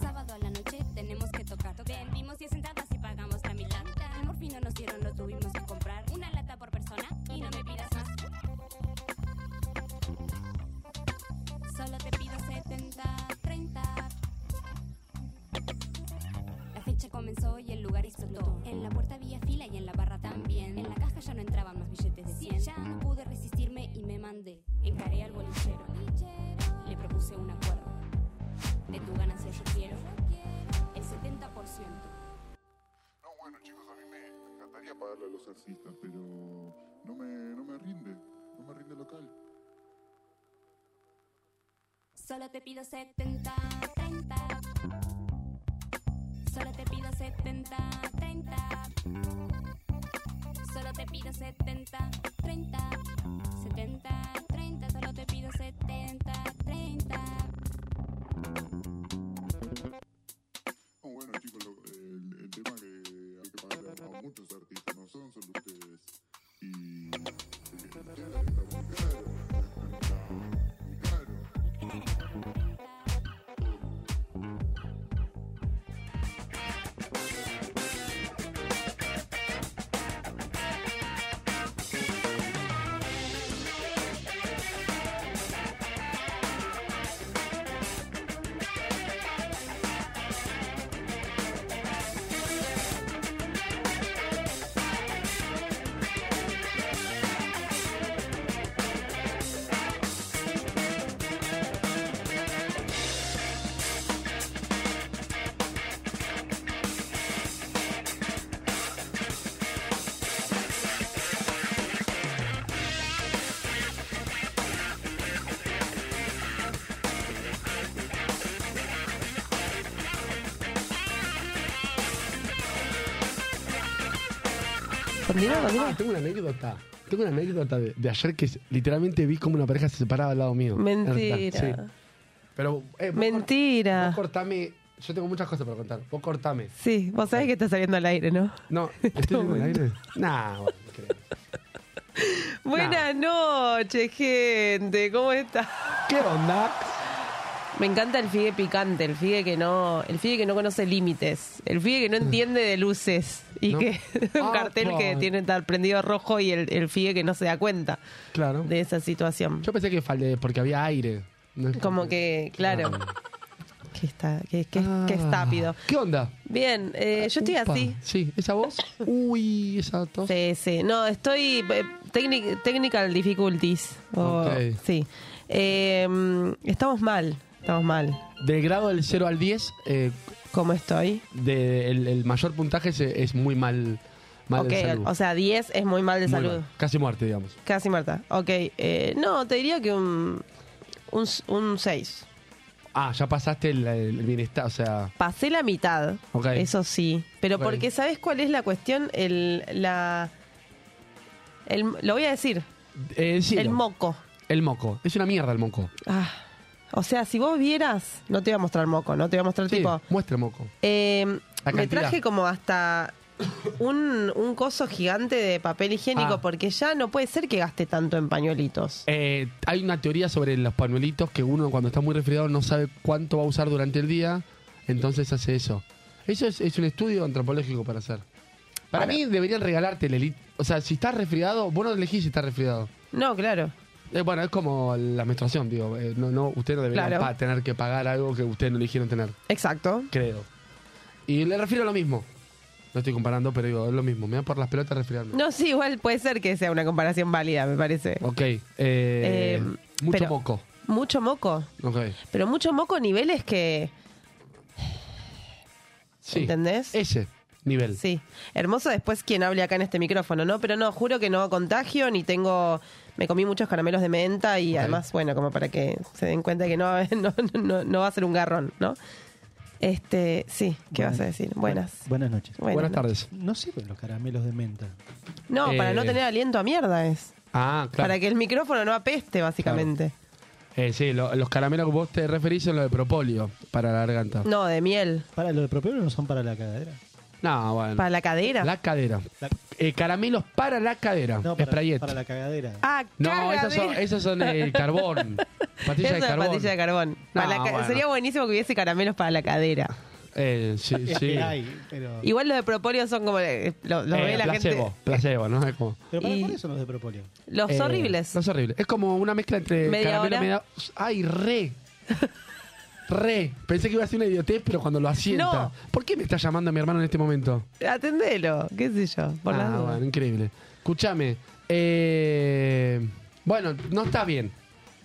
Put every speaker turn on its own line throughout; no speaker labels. Sábado a la noche tenemos que tocar. Vendimos 10 entradas y pagamos la mitad. El morfino nos dieron, lo tuvimos que comprar. Una lata por persona y no me pidas más. Solo te pido 70, 30. La fecha comenzó y el lugar explotó. En la puerta había fila y en la barra también. En la caja ya no entraban más billetes de 100. Ya no pude resistirme y me mandé. Encaré al bolichero. Le propuse un acuerdo. De tu ganancia yo quiero el 70%.
No, bueno, chicos, a mí me encantaría pagarle a los alcistas, pero no me, no me rinde. No me rinde el local.
Solo te pido 70, 30. Solo te pido 70, 30. Solo te pido 70, 30. 70, 30. Solo te pido 70, 30.
No, bueno, chicos, lo- el, el tema que hay que pagarle a, a muchos artistas, no son solo ustedes. Y. eh, porque el tema está muy caro. Está muy caro.
Continúa,
Ah,
continúa.
tengo una anécdota. Tengo una anécdota de, de ayer que s- literalmente vi como una pareja se separaba al lado mío. Sí.
Mentira.
Pero, eh, vos cort-
Mentira.
vos cortame. Yo tengo muchas cosas para contar. Vos cortame.
Sí, vos sabés que está saliendo al aire, ¿no?
No, ¿estoy en el aire? Nah, bueno, no creo.
Buenas noches, gente. ¿Cómo está?
¿Qué onda?
Me encanta el figue picante, el figue que no, el figue que no conoce límites, el figue que no entiende de luces y
Mm. No.
que un
Ah,
cartel que
bueno.
tiene estar prendido rojo y el, el figue que no se da cuenta
Claro.
de esa situación.
Yo pensé que falé Eh, porque había aire. No es
Como que, claro, que está, que, que, que es
Ah.
tápido.
¿Qué onda?
Bien, eh, yo estoy
Upa.
así.
Sí, esa voz. Uy, esa tos.
Sí, sí. No, estoy eh, techni- technical difficulties. o-
Ok.
Sí. Eh, estamos mal, estamos mal.
Del grado del 0 al 10, eh,
¿Cómo estoy?
de- el, el mayor puntaje es, es muy mal, mal
Ok,
de salud.
o sea, 10 es muy mal de
Muy
salud.
mal. Casi muerte, digamos.
Casi Marta. Ok, eh, no, te diría que un, un, s- un 6.
Ah, ya pasaste el, el bienestar, o sea...
Pasé la mitad,
Ok.
eso sí. Pero
Ok.
porque, ¿sabes cuál es la cuestión? El, la, el, lo voy a decir,
eh, decilo.
el moco.
El moco. Es una mierda el moco.
Ah, o sea, si vos vieras, no te voy a mostrar moco, no te voy a mostrar
Sí,
tipo...
muestra el moco.
Eh,
La
me
cantidad.
traje como hasta un, un coso gigante de papel higiénico
Ah.
porque ya no puede ser que gaste tanto en pañuelitos.
Eh, hay una teoría sobre los pañuelitos que uno cuando está muy resfriado no sabe cuánto va a usar durante el día, entonces hace eso. Eso es, es un estudio antropológico para hacer. Para
Para-
mí deberían regalarte el elite. O sea, si estás resfriado, vos no elegís si estás resfriado.
No, claro.
Eh, bueno, es como la menstruación, digo. eh, no, no, usted no debería
Claro.
pa- tener que pagar algo que ustedes no eligieron tener,
Exacto.
creo. Y le refiero a lo mismo. No estoy comparando, pero digo, es lo mismo. Me da por las pelotas resfriarme.
No, sí, igual puede ser que sea una comparación válida, me parece.
Ok. eh,
Eh,
mucho
pero-
moco.
Mucho moco,
Ok.
pero mucho moco a niveles que...
Sí.
¿Entendés?
Ese nivel.
Sí. Hermoso después quien hable acá en este micrófono, ¿no? Pero no, juro que no contagio ni tengo... Me comí muchos caramelos de menta y
Ok.
además, bueno, como para que se den cuenta que no, no, no- no va a ser un garrón, ¿no? Este, sí, ¿qué vas a decir? Buenas.
Buenas noches.
Buenas
Bueno,
tardes.
No sirven los caramelos de menta.
No, para
Eh,
no tener aliento a mierda es.
Ah, claro.
Para que el micrófono no apeste, básicamente.
Eh, sí, lo- los caramelos que vos te referís son los de propóleo para la garganta.
No, de miel.
Para los de propio no son para la cadera.
No, bueno.
Para la cadera.
La cadera.
La-
Eh, caramelos para la cadera.
No, para,
Sprayet.
para la cagadera.
Ah,
No, esas son,
cagadera.
esas son el carbón. Patillas
Eso
de
es
carbón.
patilla de carbón. Para la ca-
bueno.
Sería buenísimo que hubiese caramelos para la cadera.
Eh, sí,
Es
sí.
que hay, pero.
Igual los de propóleo son como. eh, Los, los
Eh,
ve la
placebo,
gente.
placebo, ¿no? Es como,
pero para
y-
cuáles son los de propóleo.
Los
eh,
horribles.
Los horribles. Es como una mezcla entre
Media
caramelo
hora.
media- ¡Ay, re! Re. Pensé que iba a ser una idiotez, pero cuando lo asienta.
No.
¿Por qué me está llamando mi hermano en este momento?
Atendelo, qué sé yo. Por
Ah,
las dudas.
bueno, increíble. Escúchame. eh, bueno, no estás bien.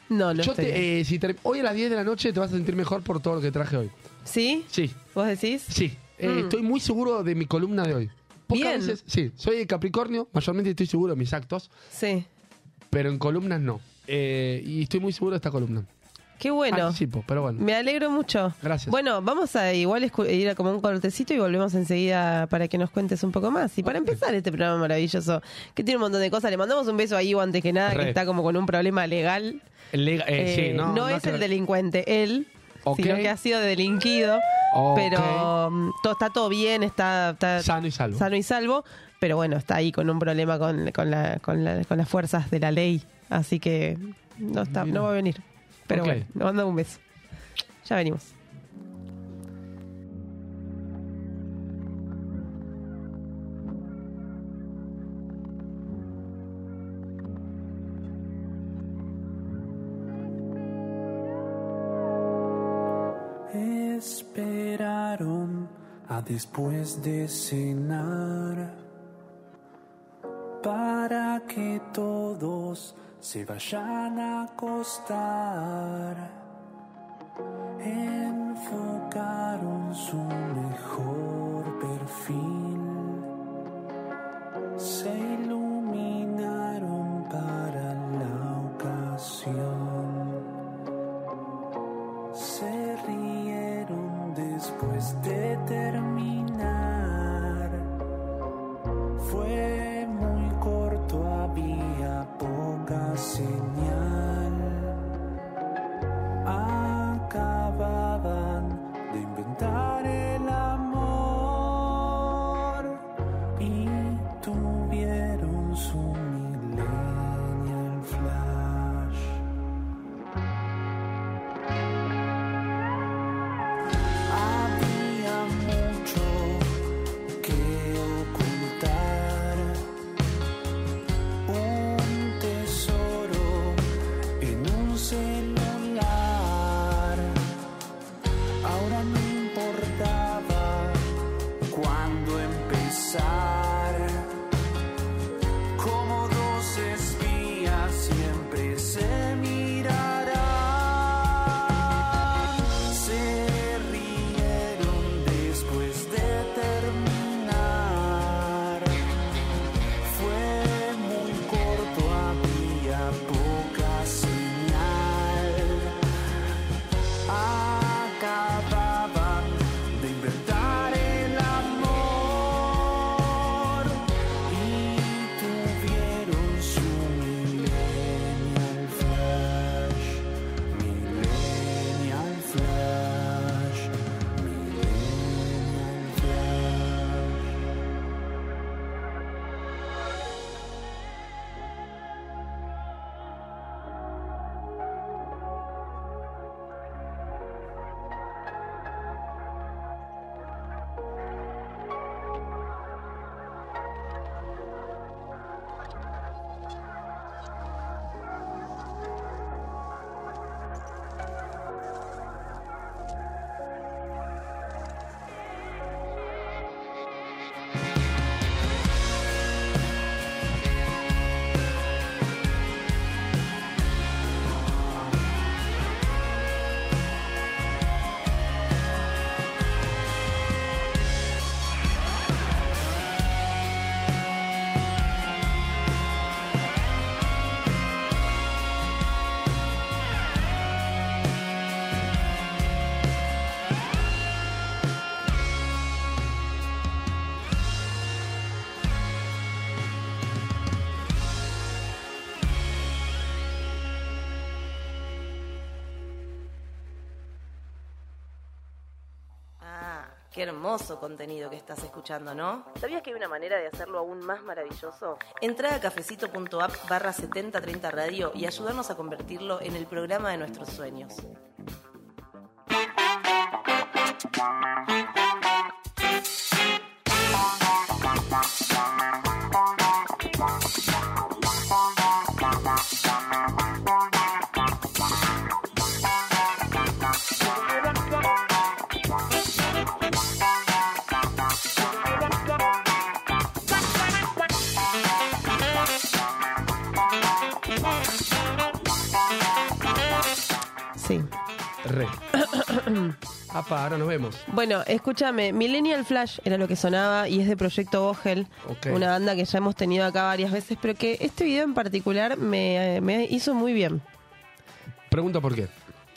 No, no
Yo
estoy
te-
bien.
eh, si te- hoy a las 10 de la noche te vas a sentir mejor por todo lo que traje hoy.
¿Sí?
Sí,
¿Vos decís?
sí. Eh,
Mm.
Estoy muy seguro de mi columna de hoy. Pocas
Bien.
veces- sí, soy de Capricornio, mayormente estoy seguro de mis actos,
Sí.
pero en columnas no. Eh, y estoy muy seguro de esta columna.
Qué bueno.
Anticipo, pero bueno.
Me alegro mucho.
Gracias.
Bueno, vamos a igual escu- ir a como un cortecito y volvemos enseguida para que nos cuentes un poco más. Y para empezar este programa maravilloso, que tiene un montón de cosas, le mandamos un beso a Ivo antes que nada, que
Re.
está como con un problema legal.
Lega- eh,
Eh,
sí, no, no
es
que-
el delincuente, él,
Ok.
sino que ha sido delinquido.
Ok.
Pero mm, todo, está todo bien, está, está
Sano y salvo.
sano y salvo, pero bueno, está ahí con un problema con, con, la, con, la- con las fuerzas de la ley, así que no, está, no va a venir. Pero
Ok.
bueno, nos manda un beso. Ya venimos.
Esperaron a después de cenar para que todos se vayan a acostar. Enfocaron su mejor perfil, se iluminaron para la ocasión se rieron después de terminar. Fue muy corto, había poca señal. Acababan de inventar el amor y tuvieron su millennial flash. Había mucho que ocultar, un tesoro en un celular. Ahora no importa.
Qué hermoso contenido que estás escuchando, ¿no?
Ah, ¿Sabías que hay una manera de hacerlo aún más maravilloso?
Entra a cafecito.app barra 7030 radio y ayúdanos a convertirlo en el programa de nuestros sueños.
Sí.
Re. Apa, ahora nos vemos.
Bueno, escúchame, Millennial Flash era lo que sonaba y es de Proyecto Vogel,
Ok.
una banda que ya hemos tenido acá varias veces, pero que este video en particular me, eh, me hizo muy bien.
Pregunta por qué.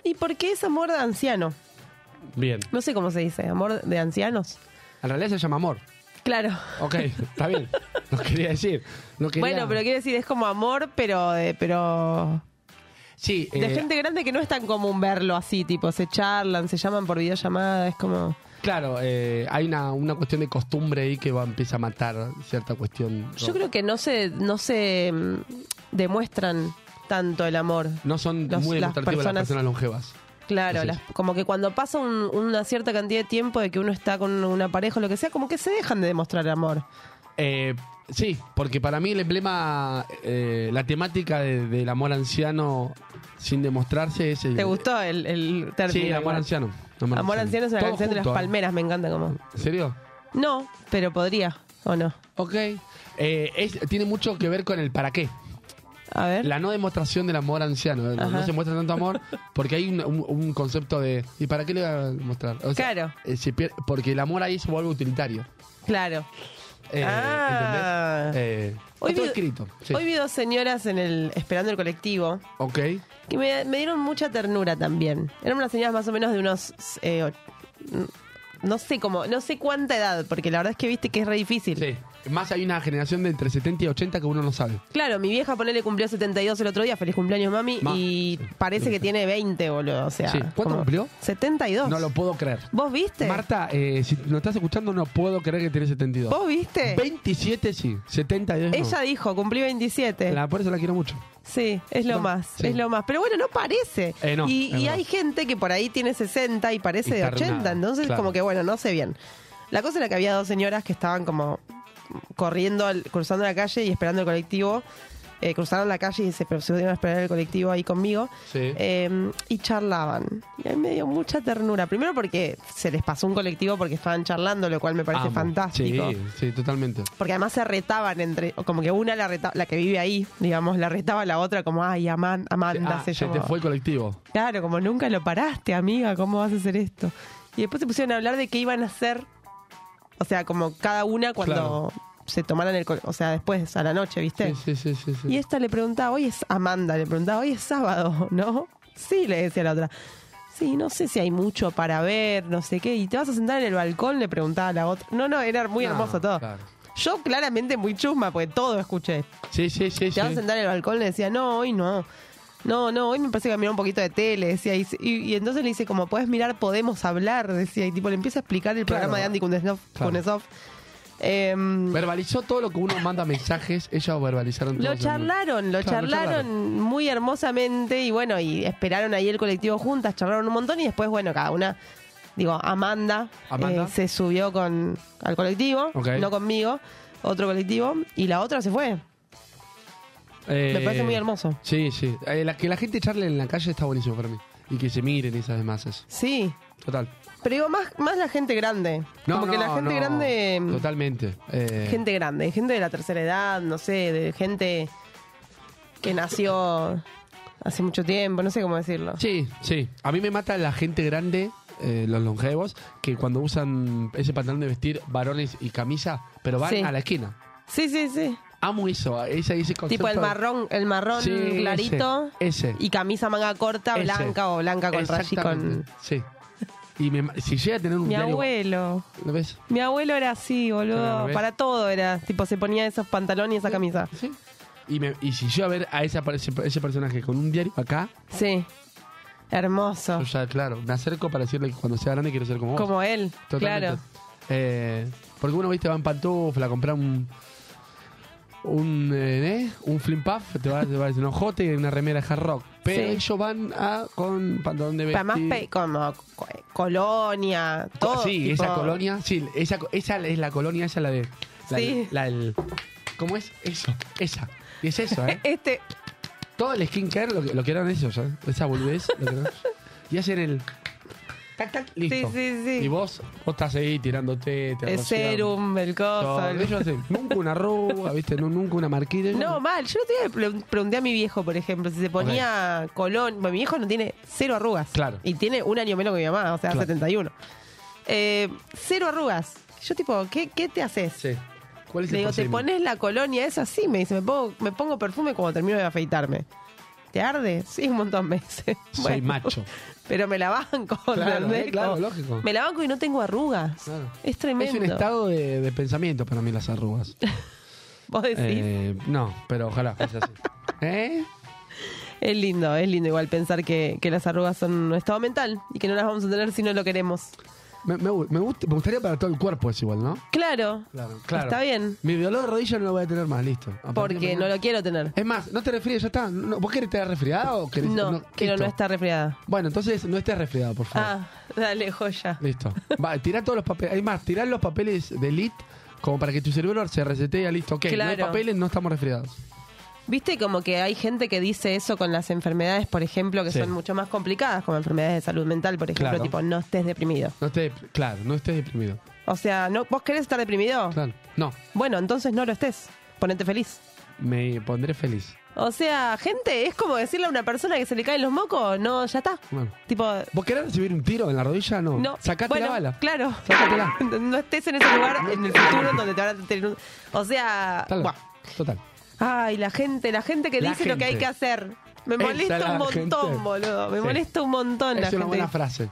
¿Y por qué es amor de anciano?
Bien.
No sé cómo se dice, amor de ancianos.
En realidad se llama amor. Oh,
Claro.
Ok, está bien. No quería decir. No quería-
Bueno, pero quiero decir, es como amor, pero de, pero
Sí,
de
eh,
gente grande que no es tan común verlo así, tipo, se charlan, se llaman por videollamada, es como...
claro, eh, hay una, una cuestión de costumbre ahí que va, empieza a matar cierta cuestión.
Yo creo que no se, no se mm, demuestran tanto el amor.
No son
Los-
muy
las
demostrativas las
personas-
personas longevas.
Claro,
Así
las-
es.
como que cuando pasa un- una cierta cantidad de tiempo de que uno está con una pareja o lo que sea, como que se dejan de demostrar amor.
Eh, sí, porque para mí el emblema, eh, la temática de- del amor anciano sin demostrarse es el...
¿Te gustó el, el término?
Sí, amor
igual?
anciano.
Amor, anciano es una
Todo
canción de las
junto, ¿eh?
palmeras, me encanta como.
¿En serio?
No, pero podría, ¿o no?
Ok. Eh, es- tiene mucho que ver con el para qué.
A ver.
La no demostración del amor anciano. ¿eh? No,
Ajá.
no se muestra tanto amor porque hay un, un- un concepto de... ¿Y para qué le voy a mostrar? O sea,
Claro.
eh, se pier- porque el amor ahí se vuelve utilitario.
Claro.
Eh,
Ah.
¿Entendés? Eh,
Hoy
está
vi-
escrito. sí.
Hoy vi dos señoras en el esperando el colectivo
Ok.
que me, me dieron mucha ternura también. Eran unas señoras más o menos de unos eh, och- no sé cómo, no sé cuánta edad, porque la verdad es que viste que es re difícil.
Sí. Más hay una generación de entre 70 y 80 que uno no sabe.
Claro, mi vieja ponele cumplió 72 el otro día, feliz cumpleaños mami,
Ma,
y parece que tiene 20, boludo, o sea.
Sí. ¿Cuánto
como-
cumplió?
72.
No lo puedo creer.
¿Vos viste?
Marta, eh, si nos estás escuchando, no puedo creer que tenés 72.
¿Vos viste?
27 sí, 72 no.
Ella dijo, cumplí 27.
La, por eso la quiero mucho.
Sí, es lo
No,
más,
sí.
es lo más. Pero bueno, no parece.
Eh, no,
y
es
y
verdad.
hay gente que por ahí tiene 60 y parece
Y
de
está
80,
arruinada,
entonces
claro.
como que bueno, no sé bien. La cosa era que había dos señoras que estaban como corriendo, al- cruzando la calle y esperando el colectivo. Eh, cruzaron la calle y se pero se pusieron a esperar el colectivo ahí conmigo.
Sí.
Eh, y charlaban. Y a mí me dio mucha ternura. Primero porque se les pasó un colectivo porque estaban charlando, lo cual me parece
Amo.
fantástico
Sí, sí, totalmente.
porque además se retaban entre, o como que una la reta- la que vive ahí, digamos, la retaba a la otra como, ay, Aman- Amanda
Ah,
se
se
llamaba.
te fue el colectivo.
Claro, como nunca lo paraste, amiga, ¿cómo vas a hacer esto? Y después se pusieron a hablar de qué iban a hacer, o sea, como cada una cuando se tomaran el, col- o sea, después a la noche, ¿viste?
Sí, sí, sí, sí. sí.
Y esta le preguntaba, hoy es Amanda, le preguntaba, hoy es sábado, ¿no? Sí, le decía la otra. Sí, no sé si hay mucho para ver, no sé qué. ¿Y te vas a sentar en el balcón? Le preguntaba la otra. No, no, era muy
No,
hermoso todo.
Ah, claro.
Yo claramente muy chusma, porque todo escuché.
Sí, sí, sí.
Te vas a
sí.
sentar en el balcón, le decía, no, hoy no. No, no, hoy me parece que mirar un poquito de tele, decía. Y, y- y entonces le dice, como puedes mirar, podemos hablar, decía. Y tipo, le empieza a explicar el
Claro.
programa de Andy Kuznetsov.
Claro.
Kuznetsov. Em,
Verbalizó todo lo que uno manda mensajes, ellos verbalizaron todo.
lo charlaron, lo
Claro, lo
charlaron muy hermosamente y bueno, y esperaron ahí el colectivo juntas, charlaron un montón y después, bueno, cada una, digo, Amanda,
Amanda.
eh, se subió con al colectivo,
Ok.
no conmigo, otro colectivo, y la otra se fue. Me parece muy hermoso.
Eh, Sí, sí. Eh, la, que la gente charle en la calle está buenísimo para mí. Y que se miren esas masas.
Sí.
Total.
Pero digo, más, más la gente grande.
No,
Como que
no,
la gente
no.
grande.
Totalmente. Eh,
Gente grande, gente de la tercera edad, no sé, de gente que nació hace mucho tiempo, no sé cómo decirlo.
Sí, sí. A mí me mata la gente grande, eh, los longevos, que cuando usan ese pantalón de vestir varones y camisa, pero van
Sí.
a la esquina.
Sí, sí, sí.
Amo eso, eh, ese, ese concepto.
Tipo el marrón, el marrón
Sí, ese,
clarito
ese.
y camisa manga corta
Ese.
blanca o blanca con rayi
Exactamente,
con
Sí. Y me- si llega a tener un
mi
diálogo-
abuelo.
¿Lo ves?
Mi abuelo era así,
Ah,
boludo.
¿ves?
Para todo era. Tipo, se ponía esos pantalones y esa camisa.
Sí. Y, me- y si yo a ver a esa- ese, ese personaje con un diario acá,
Sí. Hermoso.
Yo ya, claro, me acerco para decirle que cuando sea grande quiero ser como vos.
Como él,
Totalmente.
claro.
Eh, porque uno, viste, va en pantufla a comprar un. Un. eh, ¿eh? Un flim puff, te va, te va a decir un ojote y una remera de hard rock. Pero
Sí.
ellos van a, con pantalón de vestir.
Para más pe- como co- colonia, todo.
Sí,
tipo-
esa colonia. Sí, esa, co- esa es la colonia, esa es la de. La,
Sí.
la del- ¿Cómo es? Eso, esa. Y es eso, ¿eh?
Este,
Todo el skincare lo, que- lo que eran ellos, ¿eh? Esa boludez. lo que eran. Y hacen el. Tac, tac, listo.
sí, sí.
Y vos, vos estás ahí tirándote, te
el
rocian.
serum, el coso.
Todo.
el-
Ellos hacen nunca una arruga, ¿viste? No, nunca una marquita. Ellos-
No, mal. Yo el otro día le pre- pregunté a mi viejo, por ejemplo, si se ponía colón. Bueno, mi viejo no tiene cero arrugas.
Claro.
Y tiene un año menos que mi mamá, o sea,
Claro.
71. Eh, cero arrugas. Yo, tipo, ¿qué, qué te haces?
Sí. ¿Cuál es
Le
el
digo, ¿te
procedimiento?
pones la colonia esa? Sí, me dice, me pongo, me pongo perfume cuando termino de afeitarme. ¿Te arde? Sí, un montón me dice.
Soy
Bueno,
macho.
Pero me la banco,
Claro,
¿entendés?
eh, claro,
Como,
lógico.
Me la banco y no tengo arrugas.
Claro.
Es tremendo.
Es un estado de, de pensamiento para mí las arrugas.
Vos decís,
Eh, no, pero ojalá fuese así. ¿Eh?
es lindo, es lindo igual pensar que, que las arrugas son un estado mental y que no las vamos a tener si no lo queremos.
Me, me gu- me gust- me gustaría para todo el cuerpo es igual, ¿no?
Claro,
Claro,
Está bien.
Mi dolor de rodilla no lo voy a tener más, listo. A partir de
porque no
mañana-
lo quiero tener.
Es más, no te resfríes, ya está. No, ¿Vos querés estar resfriado o querés
No, quiero
listo.
no estar resfriada.
Bueno, entonces no estés resfriado, por favor.
Ah, dale, joya.
Listo. Va, tirá todos los papeles. Hay más, tirá los papeles de Elite como para que tu cerebro se resetea, listo. Ok, no hay
Claro.
papeles, no estamos resfriados.
Viste como que hay gente que dice eso con las enfermedades, por ejemplo, que
Sí.
son mucho más complicadas, como enfermedades de salud mental, por ejemplo,
Claro.
tipo no estés deprimido.
No estés, claro, no estés deprimido.
O sea, no, ¿vos querés estar deprimido?
Claro. No,
Bueno, entonces no lo estés. Ponete feliz.
me pondré feliz.
O sea, gente, es como decirle a una persona que se le caen los mocos, no, ya está.
Bueno.
Tipo,
¿Vos querés recibir un tiro en la rodilla? No.
no.
Sacate
Bueno,
la bala.
Claro.
Sacátela.
No estés en ese lugar en el futuro en donde te van a tener un... O sea,
Ah, Tal-
buah.
Total.
Ay, la gente, la gente que
La
dice lo que hay
gente.
que hacer. Me
Esa es
molesta
la
un montón,
gente.
boludo. Me
Sí.
molesta un montón la
es una
gente.
buena frase.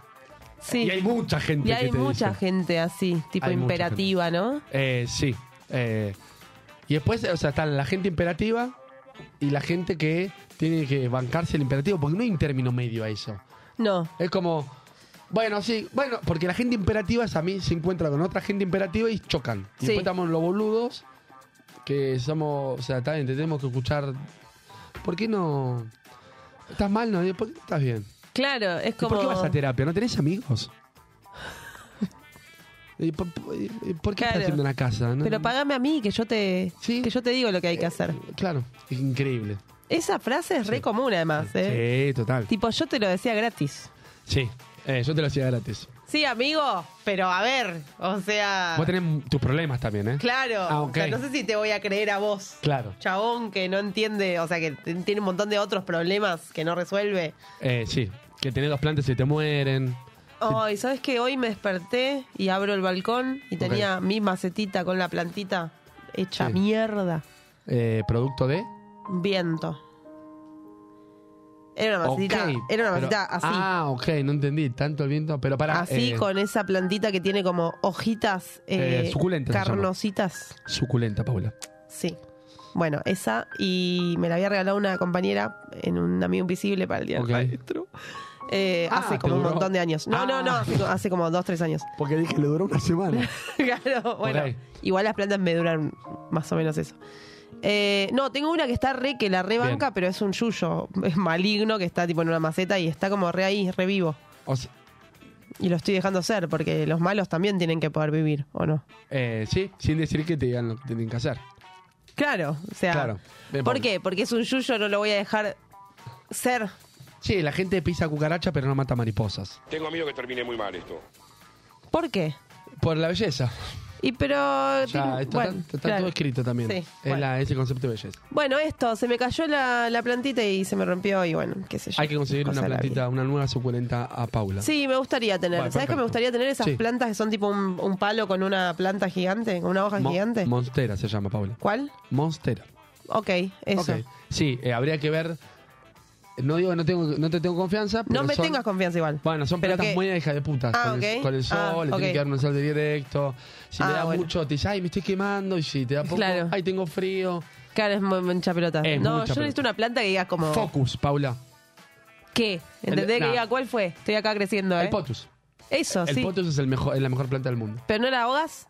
Sí.
Y hay mucha gente
Y
que
hay
te
mucha
dice.
gente así, tipo
Hay mucha
imperativa, ¿no?
Eh, sí. Eh, y después, o sea, está la gente imperativa y la gente que tiene que bancarse el imperativo, porque no hay un término medio a eso.
No.
Es como, bueno, sí, bueno, porque la gente imperativa es a mí se encuentra con otra gente imperativa y chocan. Y
Sí.
después estamos los boludos que somos, o sea, también tenemos que escuchar. ¿Por qué no? ¿Estás mal? No? ¿Por qué estás bien?
Claro, es
¿Y
como.
¿Por qué vas a terapia? ¿No tenés amigos? ¿Y por, y- y por qué
Claro.
estás haciendo una casa? ¿No?
Pero pagame a mí que yo te
Sí. Eh,
que yo te digo lo que hay que hacer.
Claro, increíble.
Esa frase es re común además, ¿eh?
Sí, total.
Tipo, yo te lo decía gratis.
Sí, Eh, yo te lo hacía gratis.
Sí, amigo, pero a ver, o sea,
Vos tenés tus problemas también, ¿eh?
Ah. claro,
Ah, ok.
o sea, no sé si te voy a creer a vos.
Claro.
Chabón que no entiende, o sea, que t- tiene un montón de otros problemas que no resuelve.
Eh, sí, que tenés dos plantas y te mueren.
Ay, ¿sabes qué? Hoy me desperté y abro el balcón y tenía mi macetita con la plantita hecha
Sí.
mierda.
Eh, producto de.
Viento. Era una macetita,
Ok,
era una
pero-
macetita así.
Ah, ok, no entendí. Tanto el viento, pero eh, para.
así con esa plantita que tiene como hojitas eh,
Eh, suculenta se llama.
carnositas.
Suculenta, Paula.
Sí. Bueno, esa y me la había regalado una compañera en un amigo invisible para el día
Ok.
del maestro. Eh,
Oh, Ah,
hace
¿te
como un
duró?
montón de años. No, no, no,
Ah.
hace, co- hace como dos, tres años.
Porque dije, le duró una semana.
claro, bueno.
ahí.
Igual las plantas me duran más o menos eso. Eh, no, tengo una que está re, que la rebanca, pero es un yuyo es maligno que está tipo en una maceta y está como re ahí, re vivo.
O sea,
Y lo estoy dejando ser, porque los malos también tienen que poder vivir, ¿o no?
eh, sí, sin decir que te digan lo que tienen que hacer.
Claro, o sea.
Claro. Bien,
¿Por
Pablo.
qué? Porque es un yuyo, no lo voy a dejar ser.
Sí, la gente pisa cucaracha, pero no mata mariposas.
Tengo miedo que termine muy mal esto.
¿Por qué?
Por la belleza.
Y pero.
Ya, esto
bueno,
está, está
claro.
todo escrito también.
Sí,
es
bueno.
la- ese concepto de belleza.
Bueno, esto, se me cayó la, la plantita y se me rompió y bueno, qué sé yo.
Hay que conseguir
Cosa de
una
la
plantita, una nueva suculenta a Paula.
vida. Sí, me gustaría tener.
Vale,
¿Sabes que me
perfecto.
gustaría tener esas
Sí.
plantas que son tipo un, un palo con una planta gigante, con una hoja
Mo-
gigante?
Monstera se llama, Paula.
¿Cuál?
Monstera.
Ok, eso.
Ok. Sí, eh, habría que ver. No digo que no, tengo, no te tengo confianza.
No
pero
me
son-
tengas confianza igual.
Bueno, son
Pero
plantas
que-
muy hija de puta.
Ah,
con, el,
ok.
con el sol,
Ah,
le
ok.
tiene que dar un sol de directo. Si
Ah,
le da
bueno.
mucho, te dice, ay, me estoy quemando. Y si te da poco,
Claro.
ay, tengo frío.
Claro, es muy mucha pelota.
Es
no,
mucha
yo necesito
pelota.
una planta que diga como.
Focus, Paula.
¿Qué? ¿Entendés?
El-
que
nah.
diga, ¿cuál fue? Estoy acá creciendo, ¿eh?
El Potus.
Eso,
El
sí.
Potus es el mejor, es la mejor planta del mundo.
¿Pero no la ahogas?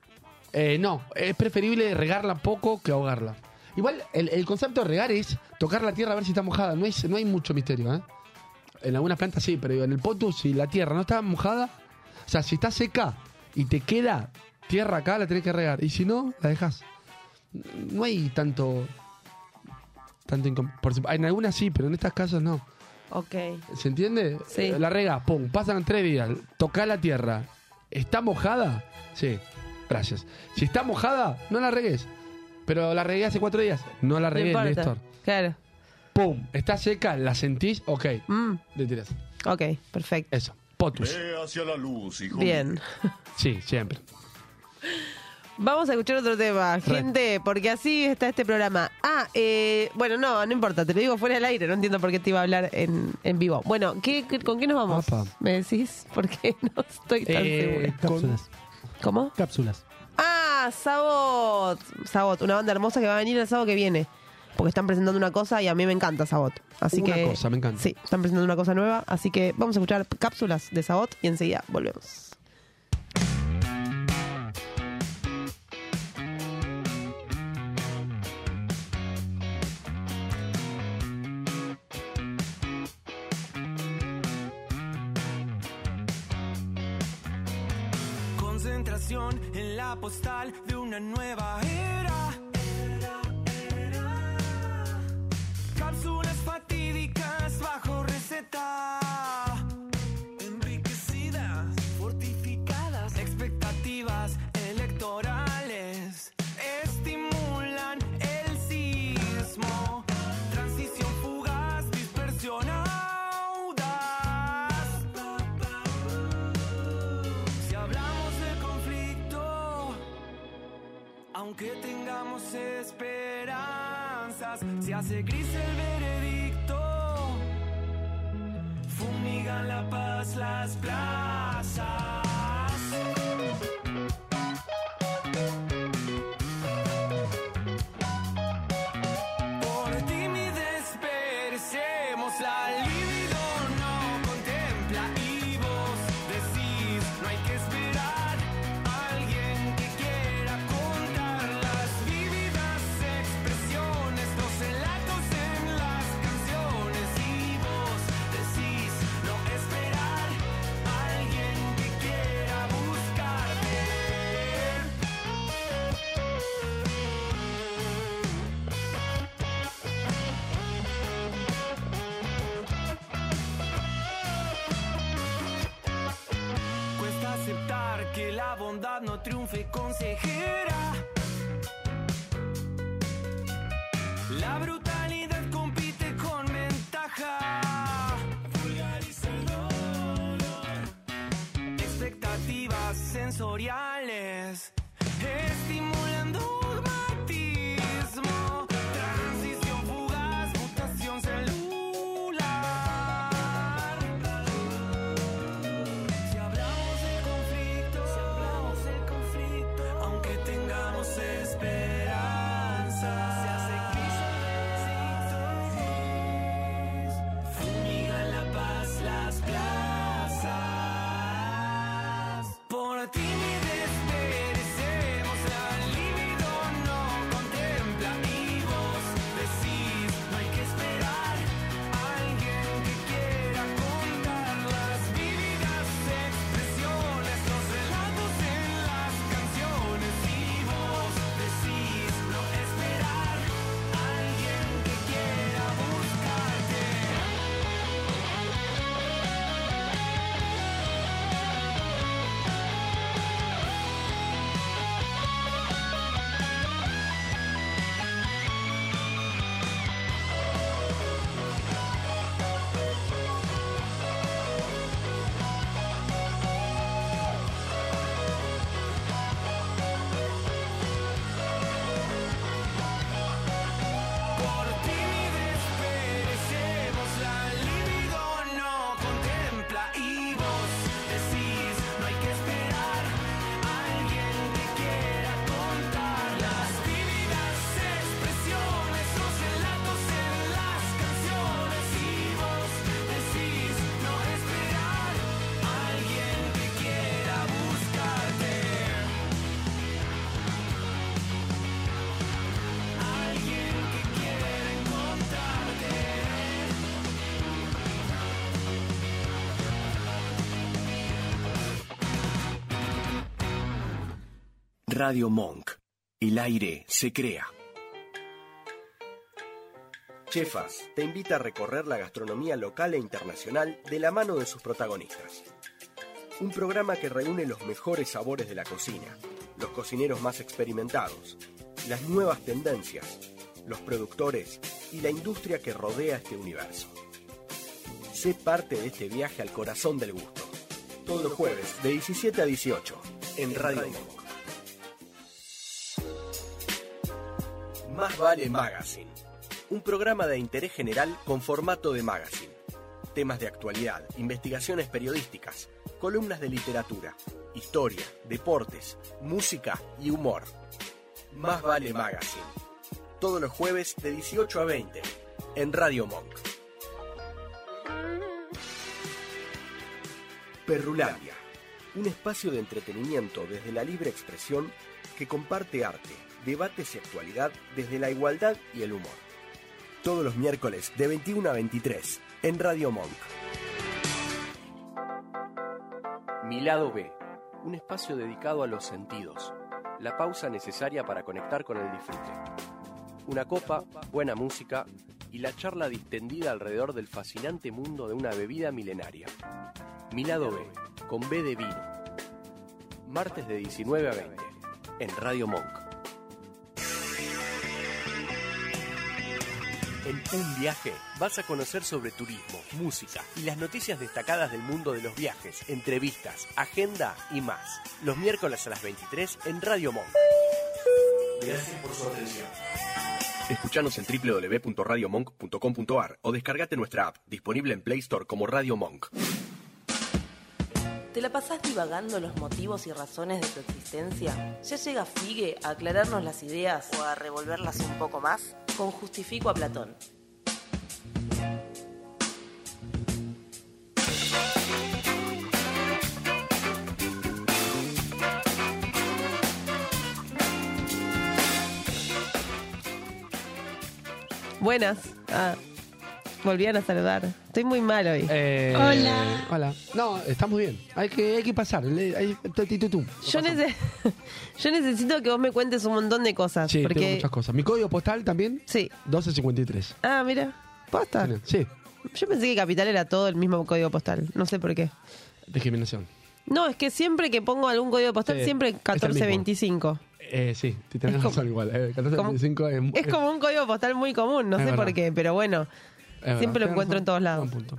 Eh, no, es preferible regarla poco que ahogarla. Igual, el, el concepto de regar es tocar la tierra a ver si está mojada. No, es, no hay mucho misterio, ¿eh? En algunas plantas sí, pero en el potus, si la tierra no está mojada, o sea, si está seca y te queda tierra acá, la tenés que regar. Y si no, la dejas. No hay tanto. tanto incom- por sup- En algunas sí, pero en estas casas no.
Ok.
¿Se entiende? Eh,
Sí.
La rega, pum, pasan tres días, toca la tierra. ¿Está mojada? Sí, gracias. Si está mojada, no la regues. Pero la regué hace cuatro días. No la
No
regué,
importa.
Néstor.
Claro.
Pum, está seca, la sentís, ok,
Mm,
le tirás.
ok, perfecto.
Eso, potus.
hacia la luz, hijo.
Bien.
Sí, siempre.
Vamos a escuchar otro tema, gente, porque así está este programa. Ah, eh, bueno, no, no importa, te lo digo fuera del aire, no entiendo por qué te iba a hablar en, en vivo. Bueno, ¿qué, qué- ¿con qué nos vamos?
Apa.
¿Me decís? Porque no estoy tan
Eh,
segura.
con-
Cápsulas.
¿Cómo?
Cápsulas.
Ah, Sabot. Sabot, una banda hermosa que va a venir el sábado que viene. Porque están presentando una cosa y a mí me encanta Sabot. Así
Una
que.
cosa, me encanta.
Sí, están presentando una cosa nueva. Así que vamos a escuchar cápsulas de Sabot y enseguida volvemos.
Concentración en la postal de una nueva era. Cápsulas fatídicas bajo receta. Enriquecidas, fortificadas. Expectativas electorales estimulan el sismo. Transición fugaz, dispersión audaz. Si hablamos de conflicto, aunque tengamos esperanzas, se hace gris el veredicto. Fumigan la paz las plazas. Por timidez perecemos, la libido no contempla y vos decís, no hay que esperar a alguien que quiera contar las vividas expresiones, los relatos en las canciones y vos decís, no esperar a alguien que quiera buscarte. Cuesta aceptar que la bondad no triunfe consejera. La brutalidad compite con ventaja. Vulgariza el dolor. Expectativas sensoriales. Estimulan dogmatismo. Transición fugaz, mutación celular. Si hablamos de conflicto, si hablamos de conflicto, aunque tengamos esperanza, se hace gris el veredicto. Fumigan la paz las plazas. Por timidez perecemos, la libido no contempla y vos decís, no hay que esperar a alguien que quiera contar las vividas expresiones, los relatos en las canciones y vos decís, no esperar a alguien que quiera buscarte.
Radio Monk. El aire se crea. Chefas te invita a recorrer la gastronomía local e internacional de la mano de sus protagonistas. Un programa que reúne los mejores sabores de la cocina, los cocineros más experimentados, las nuevas tendencias, los productores y la industria que rodea este universo. Sé parte de este viaje al corazón del gusto. Todos los jueves de 17 a 18 en Radio Monk. Más vale Magazine. Un programa de interés general con formato de magazine. Temas de actualidad, investigaciones periodísticas, columnas de literatura, historia, deportes, música y humor. Más vale Magazine. Todos los jueves de 18 a 20 en Radio Monk. Perrulandia, un espacio de entretenimiento desde la libre expresión que comparte arte, debates y actualidad desde la igualdad y el humor. Todos los miércoles de 21 a 23 en Radio Monk. Mi lado B, un espacio dedicado a los sentidos, la pausa necesaria para conectar con el disfrute. Una copa, buena música y la charla distendida alrededor del fascinante mundo de una bebida milenaria. Mi lado B, con B de vino. Martes de 19 a 20, en Radio Monk. En un viaje vas a conocer sobre turismo, música y las noticias destacadas del mundo de los viajes, entrevistas, agenda y más. Los miércoles a las 23 en Radio Monk. Gracias por su atención. Escuchanos en www.radiomonk.com.ar o descargate nuestra app, disponible en Play Store como Radio Monk.
¿Te la pasás divagando los motivos y razones de tu existencia? ¿Ya llega Figue a aclararnos las ideas o a revolverlas un poco más? Con Justifico a Platón.
Buenas. Ah, volvían a saludar. Estoy muy mal hoy.
Eh,
Hola.
Hola. No, eh, estamos bien. Hay que, hay que pasar. Le- hay- tu, tu, tu, tu.
yo, nece- yo necesito que vos me cuentes un montón de cosas.
Sí, tengo
porque...
muchas cosas. Mi código postal también,
Sí.
1253.
Ah, mira. Posta.
Sí,
Yo pensé que Capital era todo el mismo código postal. No sé por qué.
discriminación.
No, es que siempre que pongo algún código postal,
Sí,
siempre
es el mismo.
1425.
Eh, sí, te tenés
Es como-
razón igual. Eh, 1425 es,
Es como un código postal muy común, no
Es
sé por
verdad.
qué, pero bueno.
es verdad.
siempre lo
Tenés
encuentro en todos lados.
Buen punto.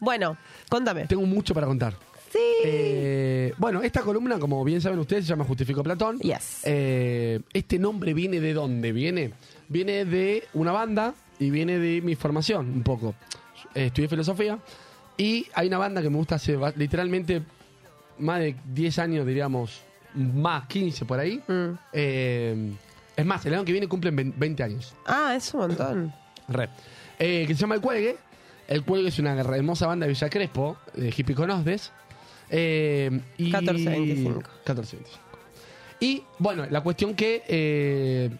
Bueno, contame.
Tengo mucho para contar.
Sí.
Eh, bueno, esta columna, como bien saben ustedes, se llama Justifico Platón.
Yes.
Eh, este nombre viene de dónde? Viene, viene de una banda y viene de mi formación, un poco. Eh, estudié filosofía y hay una banda que me gusta hace ba- literalmente más de 10 años, diríamos, más 15 por ahí.
Mm.
Eh, es más, el año que viene cumplen 20 años.
Ah, es un montón.
Re. Eh, que se llama El Cuelgue. El Cuelgue es una hermosa banda de Villa Crespo, de hippie conosdes. Eh, y...
14.25.
14.25. Y bueno, la cuestión que eh,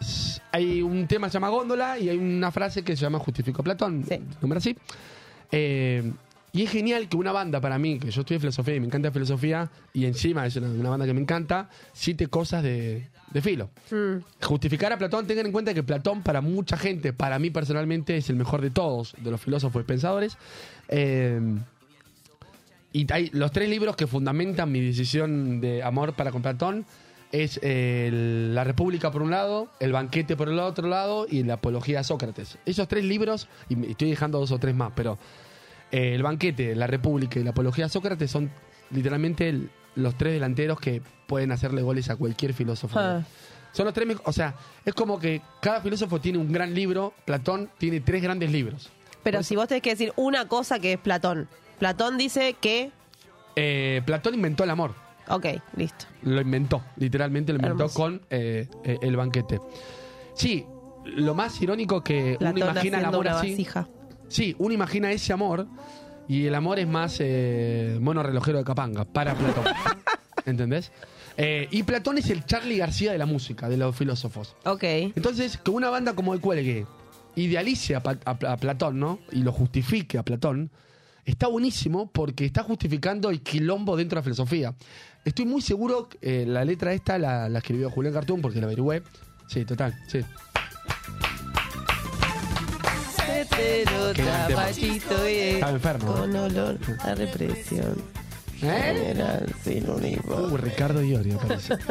s- hay un tema que se llama Góndola y hay una frase que se llama Justifico a Platón,
Sí.
número así. Eh, y es genial que una banda para mí, que yo estudié filosofía y me encanta filosofía, y encima es una, una banda que me encanta, cite cosas de, de filo. Justificar a Platón, tengan en cuenta que Platón para mucha gente, para mí personalmente, es el mejor de todos, de los filósofos y pensadores. Eh, y hay los tres libros que fundamentan mi decisión de amor para con Platón es eh, el- La República por un lado, El Banquete por el otro lado y La Apología a Sócrates. Esos tres libros, y me- estoy dejando dos o tres más, pero eh, El Banquete, La República y La Apología a Sócrates son literalmente el- los tres delanteros que pueden hacerle goles a cualquier filósofo.
Ah.
Son los tres, me- o sea, es como que cada filósofo tiene un gran libro, Platón tiene tres grandes libros.
Pero si vos tenés que decir una cosa que es Platón. Platón dice que.
Eh, Platón inventó el amor.
Ok, listo.
Lo inventó, literalmente lo inventó
Hermoso.
con eh, eh, el banquete. Sí, lo más irónico que
Platón
uno imagina el
haciendo
amor
una
así.
vasija.
Sí, uno imagina ese amor y el amor es más eh, mono relojero de Capanga para Platón. ¿Entendés? Eh, y Platón es el Charlie García de la música, de los filósofos.
Ok.
Entonces, que una banda como el Cuelgue idealice a, Pa- a Pla- a Platón, ¿no? Y lo justifique a Platón, está buenísimo porque está justificando el quilombo dentro de la filosofía. Estoy muy seguro que eh, la letra esta la, la escribió Julián Cartún porque la averigüé. Sí, total, sí.
Hetero,
Qué gran tema.
trapachito, eh,
Estaba enfermo.
Con olor a represión.
¿Eh?
General sin uniforme.
Uh, Ricardo Iorio parece.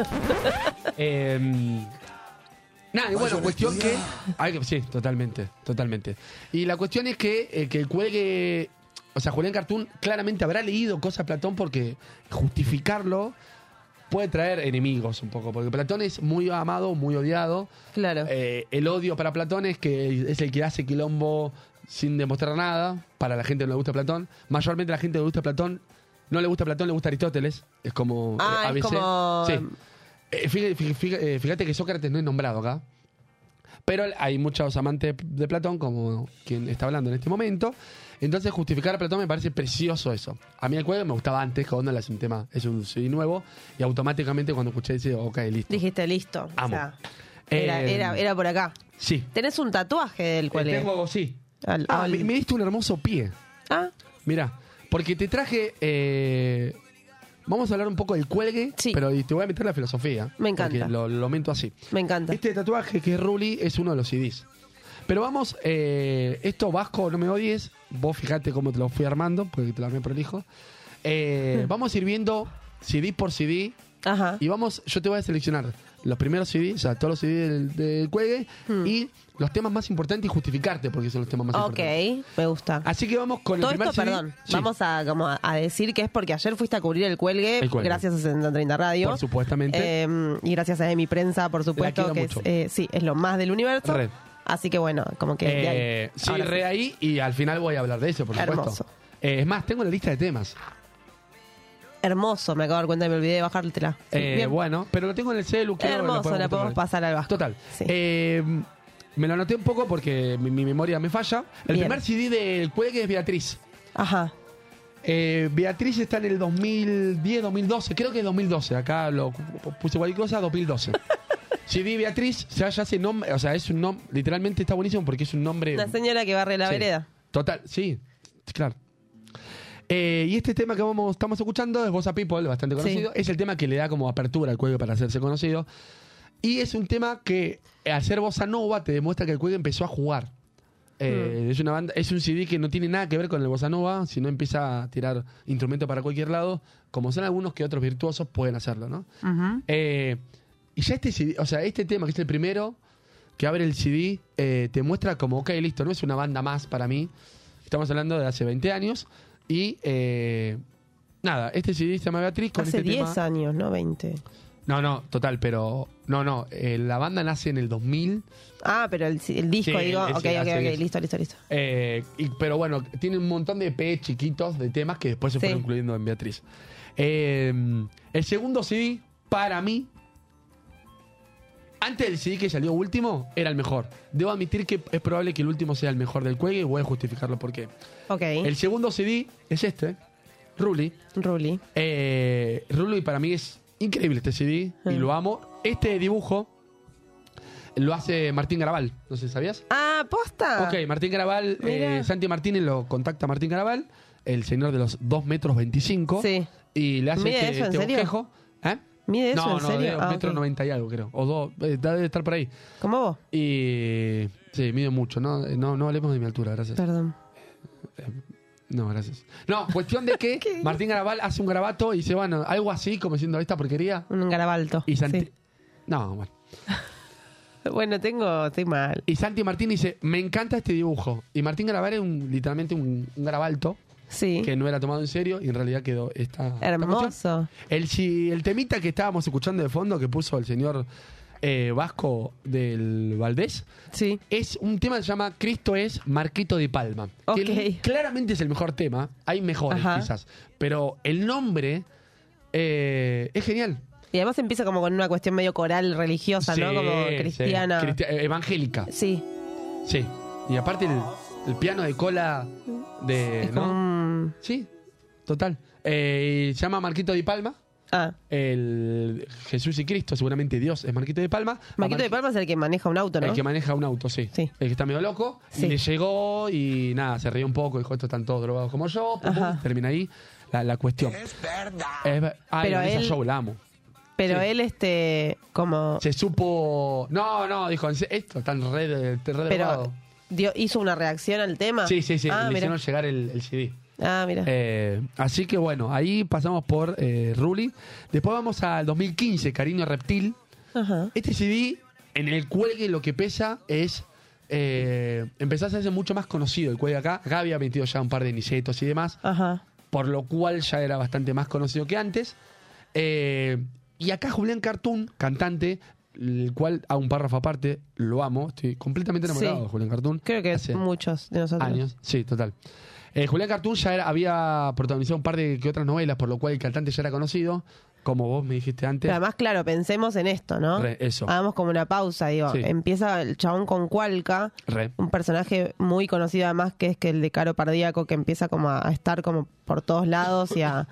Em,
Nada, y bueno, cuestión que, hay que- Sí, totalmente, totalmente. Y la cuestión es que, eh, que el cuelgue. O sea, Julián Cartún claramente habrá leído cosas a Platón porque justificarlo puede traer enemigos un poco. Porque Platón es muy amado, muy odiado.
Claro.
Eh, el odio para Platón es que es el que hace quilombo sin demostrar nada. Para la gente que no le gusta Platón. Mayormente la gente que le gusta Platón. No le gusta Platón, le gusta Aristóteles. Es como eh,
Ah, es
ABC.
como-
Sí. Eh, fí- fí- fí- eh, Fíjate que Sócrates no es nombrado acá. Pero hay muchos amantes de Platón, como quien está hablando en este momento. Entonces, justificar a Platón me parece precioso eso. A mí el cuello me gustaba antes, cuando es un tema, es un CD nuevo, y automáticamente cuando escuché dice, ok, listo.
Dijiste, listo. O
Amo.
sea, era,
Eh,
era, era por acá.
Sí.
Tenés un tatuaje del cual es.
Eh, Tengo, sí.
Al-
Ah,
al-
me, me diste un hermoso pie.
Ah,
Mirá, porque te traje... eh, vamos a hablar un poco del cuelgue,
Sí.
pero te voy a meter la filosofía.
Me encanta.
porque Lo, lo lamento así.
me encanta.
Este tatuaje que es Ruli es uno de los CDs. Pero vamos, eh, esto Vasco, no me odies. Vos fijate cómo te lo fui armando, porque te lo armé prolijo. Eh, vamos a ir viendo CD por CD.
Ajá.
Y vamos, yo te voy a seleccionar los primeros CD, o sea, todos los CD del, del cuelgue y los temas más importantes y justificarte porque son los temas más
Hmm. Ok,
importantes.
me gusta.
Así que vamos con
Todo
el primer
esto,
CD.
perdón,
Sí,
vamos a, como a, a decir que es porque ayer fuiste a cubrir el cuelgue,
El cuelgue.
gracias a 7030 Radio.
Por supuestamente.
Eh, y gracias a mi prensa, por supuesto,
quiero
que es,
mucho.
eh, sí, es lo más del universo.
Re.
Así que bueno, como que de ahí.
Eh, sí,
Ahora
re ahí y al final voy a hablar de eso, por
Hermoso.
supuesto. Eh, es más, tengo la lista de temas.
Hermoso, me acabo de dar cuenta y me olvidé de bajártela. Sí,
Eh,
bien.
bueno, pero lo tengo en el celu. quiero- lo
Hermoso,
podemos
la podemos
tomar.
pasar al bajo.
Total.
Sí.
Eh, me lo anoté un poco porque mi, mi memoria me falla. El
Bien.
primer CD del cuelgue es Beatriz.
Ajá.
Eh, Beatriz está en el 2010, 2012, creo que es 2012. Acá lo cu- puse cualquier cosa, 2012. CD Beatriz, ya, ya se nombre, o sea, es un nombre, literalmente está buenísimo porque es un nombre.
Una señora que barre la
Eh, Sí.
vereda.
Total, sí, claro. Eh, y este tema que vamos, estamos escuchando es Voz a People, bastante
Sí.
conocido. Es el tema que le da como apertura al cuello para hacerse conocido. Y es un tema que eh, al ser Bossa Nova te demuestra que el cuello empezó a jugar. Eh,
Mm.
es, una banda, es un CD que no tiene nada que ver con el Bossa Nova, sino empieza a tirar instrumentos para cualquier lado, como son algunos que otros virtuosos pueden hacerlo, ¿no? Eh, y ya este CD, o sea, este tema que es el primero que abre el CD, eh, te muestra como, ok, listo, no es una banda más para mí. Estamos hablando de hace 20 años. Y eh, nada, este CD se llama Beatriz con
Hace
este
10
tema.
años, ¿no? 20.
No, no, total, pero. No, no, eh, la banda nace en el 2000.
Ah, pero el, el disco,
Sí,
digo,
el-
ok,
sí,
ok,
hace
ok,
10.
listo, listo, listo.
Eh, y- pero bueno, tiene un montón de EP chiquitos de temas que después se
Sí.
fueron incluyendo en Beatriz. Eh, el segundo CD, para mí, antes del CD que salió último, era el mejor. Debo admitir que es probable que el último sea el mejor del cuello y voy a justificarlo por qué.
Ok,
El segundo CD es este, Ruli.
Ruli.
Eh, Rulo, y para mí es increíble este CD y
Mm.
lo amo. Este dibujo lo hace Martín Garabal, no sé, ¿sabías?
Ah, posta.
Ok, Martín Garabal,
Mirá.
eh, Santi Martínez lo contacta a Martín Garabal, el señor de los 2 metros 25,
Sí.
y le hace
Mide
este,
eso, ¿en
este
serio?
bosquejo. ¿Eh?
Mide eso,
no,
¿en
no,
serio?
de
Ah,
metro
ok.
90 y algo, creo. O dos, eh, debe estar por ahí.
¿Cómo vos?
Y. Sí, mide mucho, no, eh, no, no hablemos de mi altura, gracias. Eh,
Perdón.
No, gracias. No, cuestión de que Martín Garabal hace un grabato y dice, bueno, algo así, como diciendo esta porquería.
Un garabalto.
Y Santi.
sí.
No, bueno.
Bueno, tengo, estoy mal.
Y Santi Martín dice, me encanta este dibujo. Y Martín Garabal es un, literalmente un, un garabalto
Sí.
que no era tomado en serio y en realidad quedó esta. esta cuestión.
Hermoso.
El, chi- el temita que estábamos escuchando de fondo que puso el señor eh, Vasco del Valdés
Sí.
es un tema que se llama Cristo es Marquito de Palma.
Ok.
Que claramente es el mejor tema. Hay mejores
Ajá.
quizás. Pero el nombre eh, es genial.
Y además empieza como con una cuestión medio coral religiosa, ¿no?
Sí,
Como
sí.
cristiana. Sí.
Cristi- eh, evangélica. Sí. Y aparte el, el piano de cola de.
es
¿no?
como un-
Sí, total. Eh, y se llama Marquito Di Palma.
Ah,
El Jesús y Cristo, seguramente Dios, es Marquito de Palma. A
Marquito de
Marqui-
Palma es el que maneja un auto, ¿no?
El que maneja un auto, sí.
Sí.
El que está medio loco.
Sí.
Le llegó y nada, se rió un poco. Dijo, estos están todos drogados como yo. pum, pum,
Ajá.
termina ahí la, la cuestión. Es verdad.
Pero él-
yo la amo.
Pero
sí.
él, este, como...
Se supo... No, no, dijo, "En se- esto están re, de- re drogados".
pero dio- hizo una reacción al tema.
Sí, sí, sí.
Ah,
le
mira.
hicieron llegar el, el CD.
Ah, mira.
Eh, así que bueno, ahí pasamos por eh, Ruli. Después vamos al 2015, Cariño Reptil.
Ajá.
Este CD, en el cuelgue lo que pesa es... eh, empezás a ser mucho más conocido el cuelgue acá. Acá había metido ya un par de nichetos y demás,
Ajá.
por lo cual ya era bastante más conocido que antes. Eh, y acá Julián Cartoon, cantante, el cual a un párrafo aparte lo amo. Estoy completamente enamorado
Sí.
de Julián Cartoon.
Creo que
Hace-
muchos de nosotros.
Años, sí, total. Eh, Julián Cartoon ya era- había protagonizado un par de que otras novelas, por lo cual el cantante ya era conocido, como vos me dijiste antes.
Pero además, claro, pensemos en esto, ¿no?
Re, eso.
Hagamos como una pausa, digo.
Sí.
Empieza el chabón con Cualca,
Re.
un personaje muy conocido además, que es que el de Caro Pardíaco, que empieza como a a estar como por todos lados y a,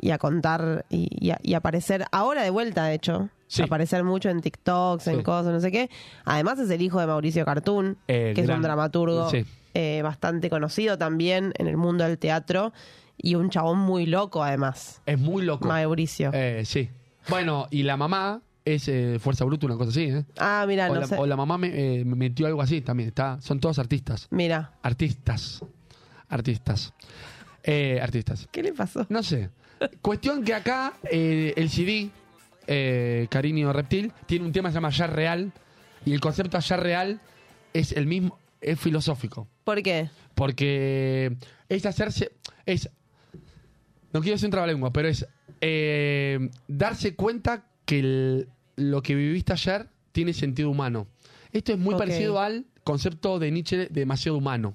y a contar y, y a- y aparecer, ahora de vuelta, de hecho,
Sí.
aparecer mucho en TikToks,
Sí.
en cosas, no sé qué. Además es el hijo de Mauricio Cartún,
El
que es
gran-
un dramaturgo
sí.
eh, bastante conocido también en el mundo del teatro y un chabón muy loco además,
Es muy loco.
Mauricio.
Eh, sí. Bueno, y la mamá es eh, Fuerza Bruta, una cosa así, ¿eh?
ah, mira,
o,
no
la,
sé.
o la mamá me, eh, me metió algo así también. Está, son todos artistas.
Mira,
Artistas. Artistas. Eh, artistas.
¿qué le pasó?
No sé. Cuestión que acá eh, el CD, eh, Cariño Reptil, tiene un tema que se llama Ya Real. Y el concepto de Ya Real es el mismo, es filosófico.
¿Por qué?
Porque es hacerse. Es. No quiero decir un trabalengua, pero es. eh, darse cuenta que el- lo que viviste ayer tiene sentido humano. Esto es muy
Ok.
parecido al concepto de Nietzsche de demasiado humano.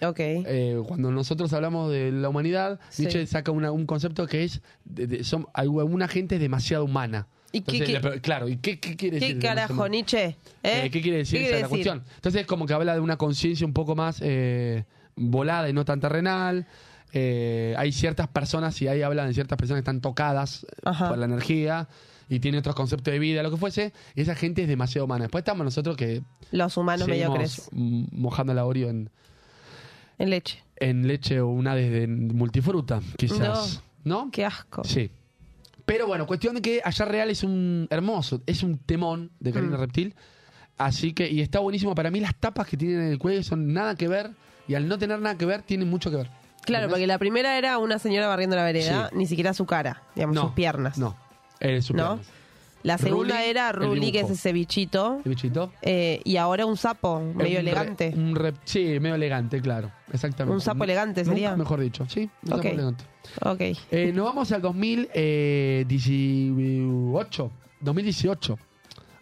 Ok.
Eh, cuando nosotros hablamos de la humanidad,
Sí.
Nietzsche saca una- un concepto que es de- de- son, alguna gente es demasiado humana.
¿Y qué- qué-
le pre- claro, ¿y qué, qué quiere
¿Qué
decir?
carajo,
demasiado humana?
Nietzsche? ¿Eh?
Eh, ¿Qué quiere decir esa es la cuestión? Entonces, como que habla de una conciencia un poco más eh, volada y no tan terrenal. Eh, hay ciertas personas, y ahí hablan de ciertas personas que están tocadas eh,
Ajá.
por la energía y tienen otros conceptos de vida, lo que fuese, y esa gente es demasiado humana. Después estamos nosotros que
Los humanos
seguimos
mediocres.
mm, mojando la Oreo en,
En leche.
en leche o una desde multifruta, quizás. ¿No?
Qué asco.
Sí. Pero bueno, cuestión de que Allá Real es un hermoso, es un temón de Karina
Mm.
Reptil. Así que, y está buenísimo. Para mí las tapas que tienen en el cuello son nada que ver. Y al no tener nada que ver, tienen mucho que ver.
Claro, porque
¿Entendés?
la primera era una señora barriendo la vereda,
Sí.
ni siquiera su cara, digamos,
No,
sus piernas.
No, eh, sus
¿No?
piernas.
La segunda
Ruli,
era
el
Ruli, que es
dibujo.
ese bichito,
¿El bichito?
eh, y ahora un sapo, medio
Un re-
elegante.
un re- sí, medio elegante, claro. Exactamente.
Un sapo elegante
Nunca
sería.
Mejor dicho, sí. Un
Ok.
sapo elegante.
Ok.
Eh, nos vamos al 2018. 2018.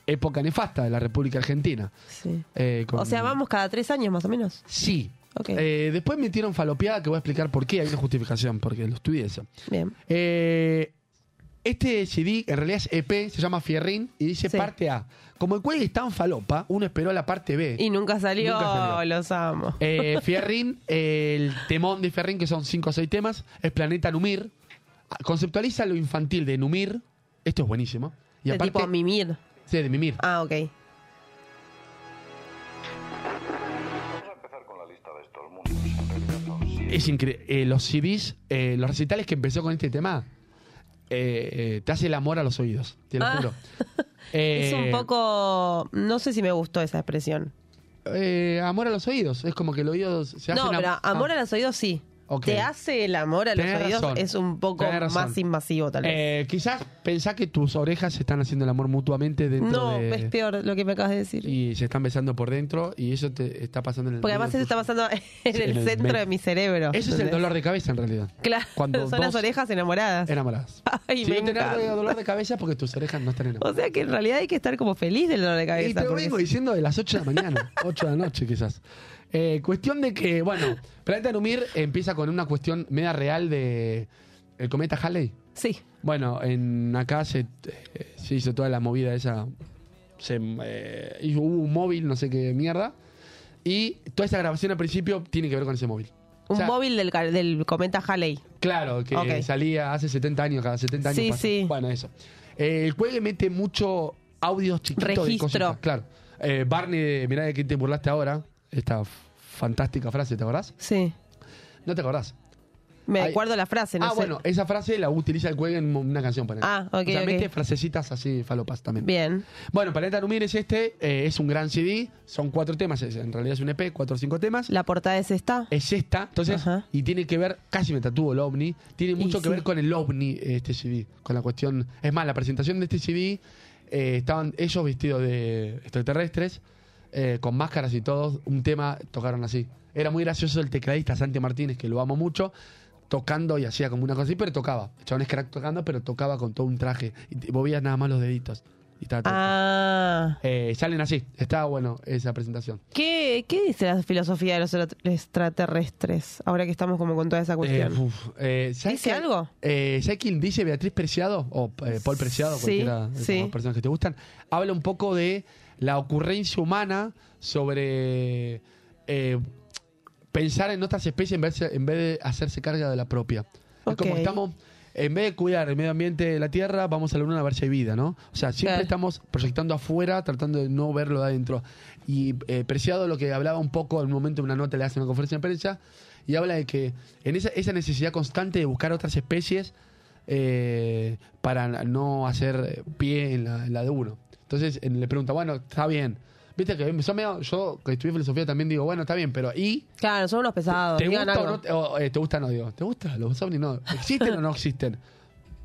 Época nefasta de la República Argentina.
Sí.
Eh, con-
O sea, vamos cada tres años más o menos.
Sí.
Ok.
Eh, después metieron falopeada, que voy a explicar por qué. Hay una justificación, porque lo estudié eso.
Bien.
Eh, este CD, en realidad es EP, se llama Fierrín y dice
Sí.
parte A. Como el cuello está en falopa, uno esperó la parte B.
Y nunca salió,
Nunca salió.
los amo.
Eh, Fierrín, eh, el temón de Fierrín, que son cinco o seis temas, es Planeta Numir. Conceptualiza lo infantil de Numir. Esto es buenísimo. Y
de
aparte,
tipo a mimir.
Sí, de Mimir.
Ah, ok.
Es increíble. los CDs, eh, los recitales que empezó con este tema, eh, eh, te hace el amor a los oídos, te lo
Ah.
juro.
es
Eh,
un poco... No sé si me gustó esa expresión.
eh, amor a los oídos. Es como que el oído se hace.
No,
una-
pero amor
ah.
a los oídos sí.
Ok.
Te hace el amor a los
Tenés
oídos
razón.
es un poco
Tenés razón.
más invasivo tal vez.
Eh, quizás pensá que tus orejas están haciendo el amor mutuamente dentro
no,
de-
es peor lo que me acabas de decir.
Y se están besando por dentro y eso te está pasando en el.
Porque además eso
oído
está
tuyo.
pasando en
pues, Sí, en
el
el
centro
ven-
de mi cerebro.
Eso es el
¿entendés?
dolor de cabeza en realidad.
Claro,
Cuando
son las
dos
orejas enamoradas.
Enamoradas.
Ay,
si
me
no tenés
encanta.
dolor de cabeza es porque tus orejas no están enamoradas.
O sea que en realidad hay que estar como feliz del dolor de cabeza.
Y te lo
porque
vengo
es-
diciendo de las 8 de la mañana, 8 de la noche quizás. Eh, cuestión de que, bueno, Planeta Numir empieza con una cuestión media real de el cometa Halley.
Sí,
Bueno, en acá se, eh, se hizo toda la movida esa. Se, eh, hizo- hubo un móvil, no sé qué mierda. Y toda esa grabación al principio tiene que ver con ese móvil.
Un
sea-
móvil del, ca- del cometa Halley.
Claro, que
Ok.
salía hace 70 años, cada 70 años.
Sí,
pasa.
sí.
Bueno, eso. Eh, el juez le mete mucho audios chiquitos de
Registro.
cositas. Claro. Eh, Barney, de, mirá de quién te burlaste ahora. Esta f- fantástica frase, ¿te acordás?
Sí.
No te acordás.
Me
Ay.
acuerdo la frase, no
ah,
sé.
bueno, esa frase la utiliza el juez en una canción para
Ah, ok,
O sea,
ok.
mete frasecitas así falopas también.
Bien.
Bueno, Planeta Lumir es este, eh, es un gran CD, son cuatro temas, es- en realidad es un EP, cuatro o cinco temas.
La portada es esta.
es esta, entonces,
Ajá.
y tiene que ver, casi me tatuó el ovni, tiene mucho
Y
que
sí.
ver con el ovni eh, este CD, con la cuestión, es más, la presentación de este CD, eh, estaban ellos vestidos de extraterrestres, eh, con máscaras y todos, un tema tocaron así. Era muy gracioso el tecladista Santi Martínez, que lo amo mucho, tocando y hacía como una cosa así, pero tocaba. El chabón es crack tocando, pero tocaba con todo un traje, y te- movías nada más los deditos. Y estaba todo-
Ah.
Eh, salen así, está bueno esa presentación.
¿Qué, ¿Qué dice la filosofía de los extra- extraterrestres? Ahora que estamos como con toda esa cuestión.
Eh, uf, eh, ¿sabes
¿Dice
qué?
algo?
Eh, ¿Sabes quién dice Beatriz Preciado? O eh, Paul Preciado,
Sí,
cualquiera de
sí.
las dos personas que te gustan. Habla un poco de la ocurrencia humana sobre eh, pensar en otras especies en vez, en vez de hacerse carga de la propia. Es como
Ok.
estamos. En vez de cuidar el medio ambiente de la Tierra, vamos a la Luna a ver si hay vida, ¿no? O sea, siempre
Claro.
estamos proyectando afuera, tratando de no verlo de adentro. Y eh, Preciado lo que hablaba un poco en un momento, en una nota le hace una conferencia de prensa, y habla de que en esa, esa necesidad constante de buscar otras especies eh, para no hacer pie en la, en la de uno. Entonces eh, le pregunta, bueno, está bien. Viste que yo, medio- yo que estudié filosofía también digo, bueno, está bien, pero ¿y?
Claro, son unos pesados.
¿Te
digan
gusta o
algo.
no? te- o, eh, ¿Te gusta o no? Digo, ¿te gusta? ¿Los ovnis no? ¿Existen o no existen?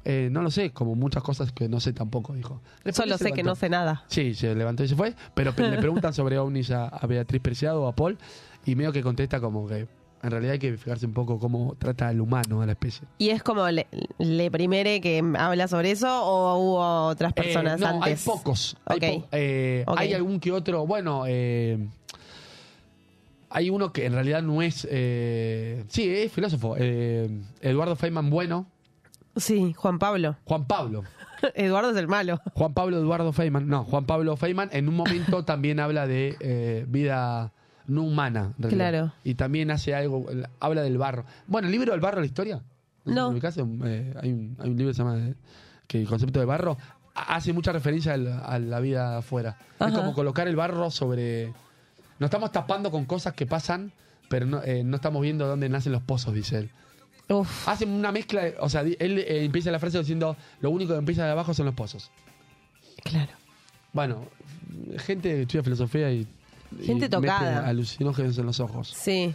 Eh, no lo sé, como muchas cosas que no sé tampoco, dijo. Después
Solo
se
sé que
levantó.
no sé nada.
Sí, se levantó y se fue. Pero pe- le preguntan sobre ovnis a, a Beatriz Preciado o a Paul. Y medio que contesta como que en realidad hay que fijarse un poco cómo trata al humano, a la especie.
¿Y es como le, le primere que habla sobre eso o hubo otras personas
Eh, no,
antes?
Hay pocos. Hay,
Ok.
po- eh,
Ok.
hay algún que otro. Bueno, eh, hay uno que en realidad no es. eh, sí, es filósofo. eh, Eduardo Feynman Bueno.
Sí, Juan Pablo.
Juan Pablo.
Eduardo es el malo.
Juan Pablo Eduardo Feynman. No, Juan Pablo Feynman en un momento también habla de eh, vida no humana. en realidad.
Claro.
Y también hace algo, eh, habla del barro. Bueno, el libro del barro, la historia.
No.
En mi caso, eh, hay, un, hay un libro que se llama eh, que el concepto de barro ha- hace mucha referencia al- a la vida afuera. Es
Ajá.
como colocar el barro sobre... Nos estamos tapando con cosas que pasan, pero no, eh, no estamos viendo dónde nacen los pozos, dice él.
Uf.
Hacen una mezcla, de- o sea, di- él eh, empieza la frase diciendo, lo único que empieza de abajo son los pozos.
Claro.
Bueno, gente que estudia filosofía y.
Gente
y
tocada.
mete alucinógenos en los ojos.
Sí.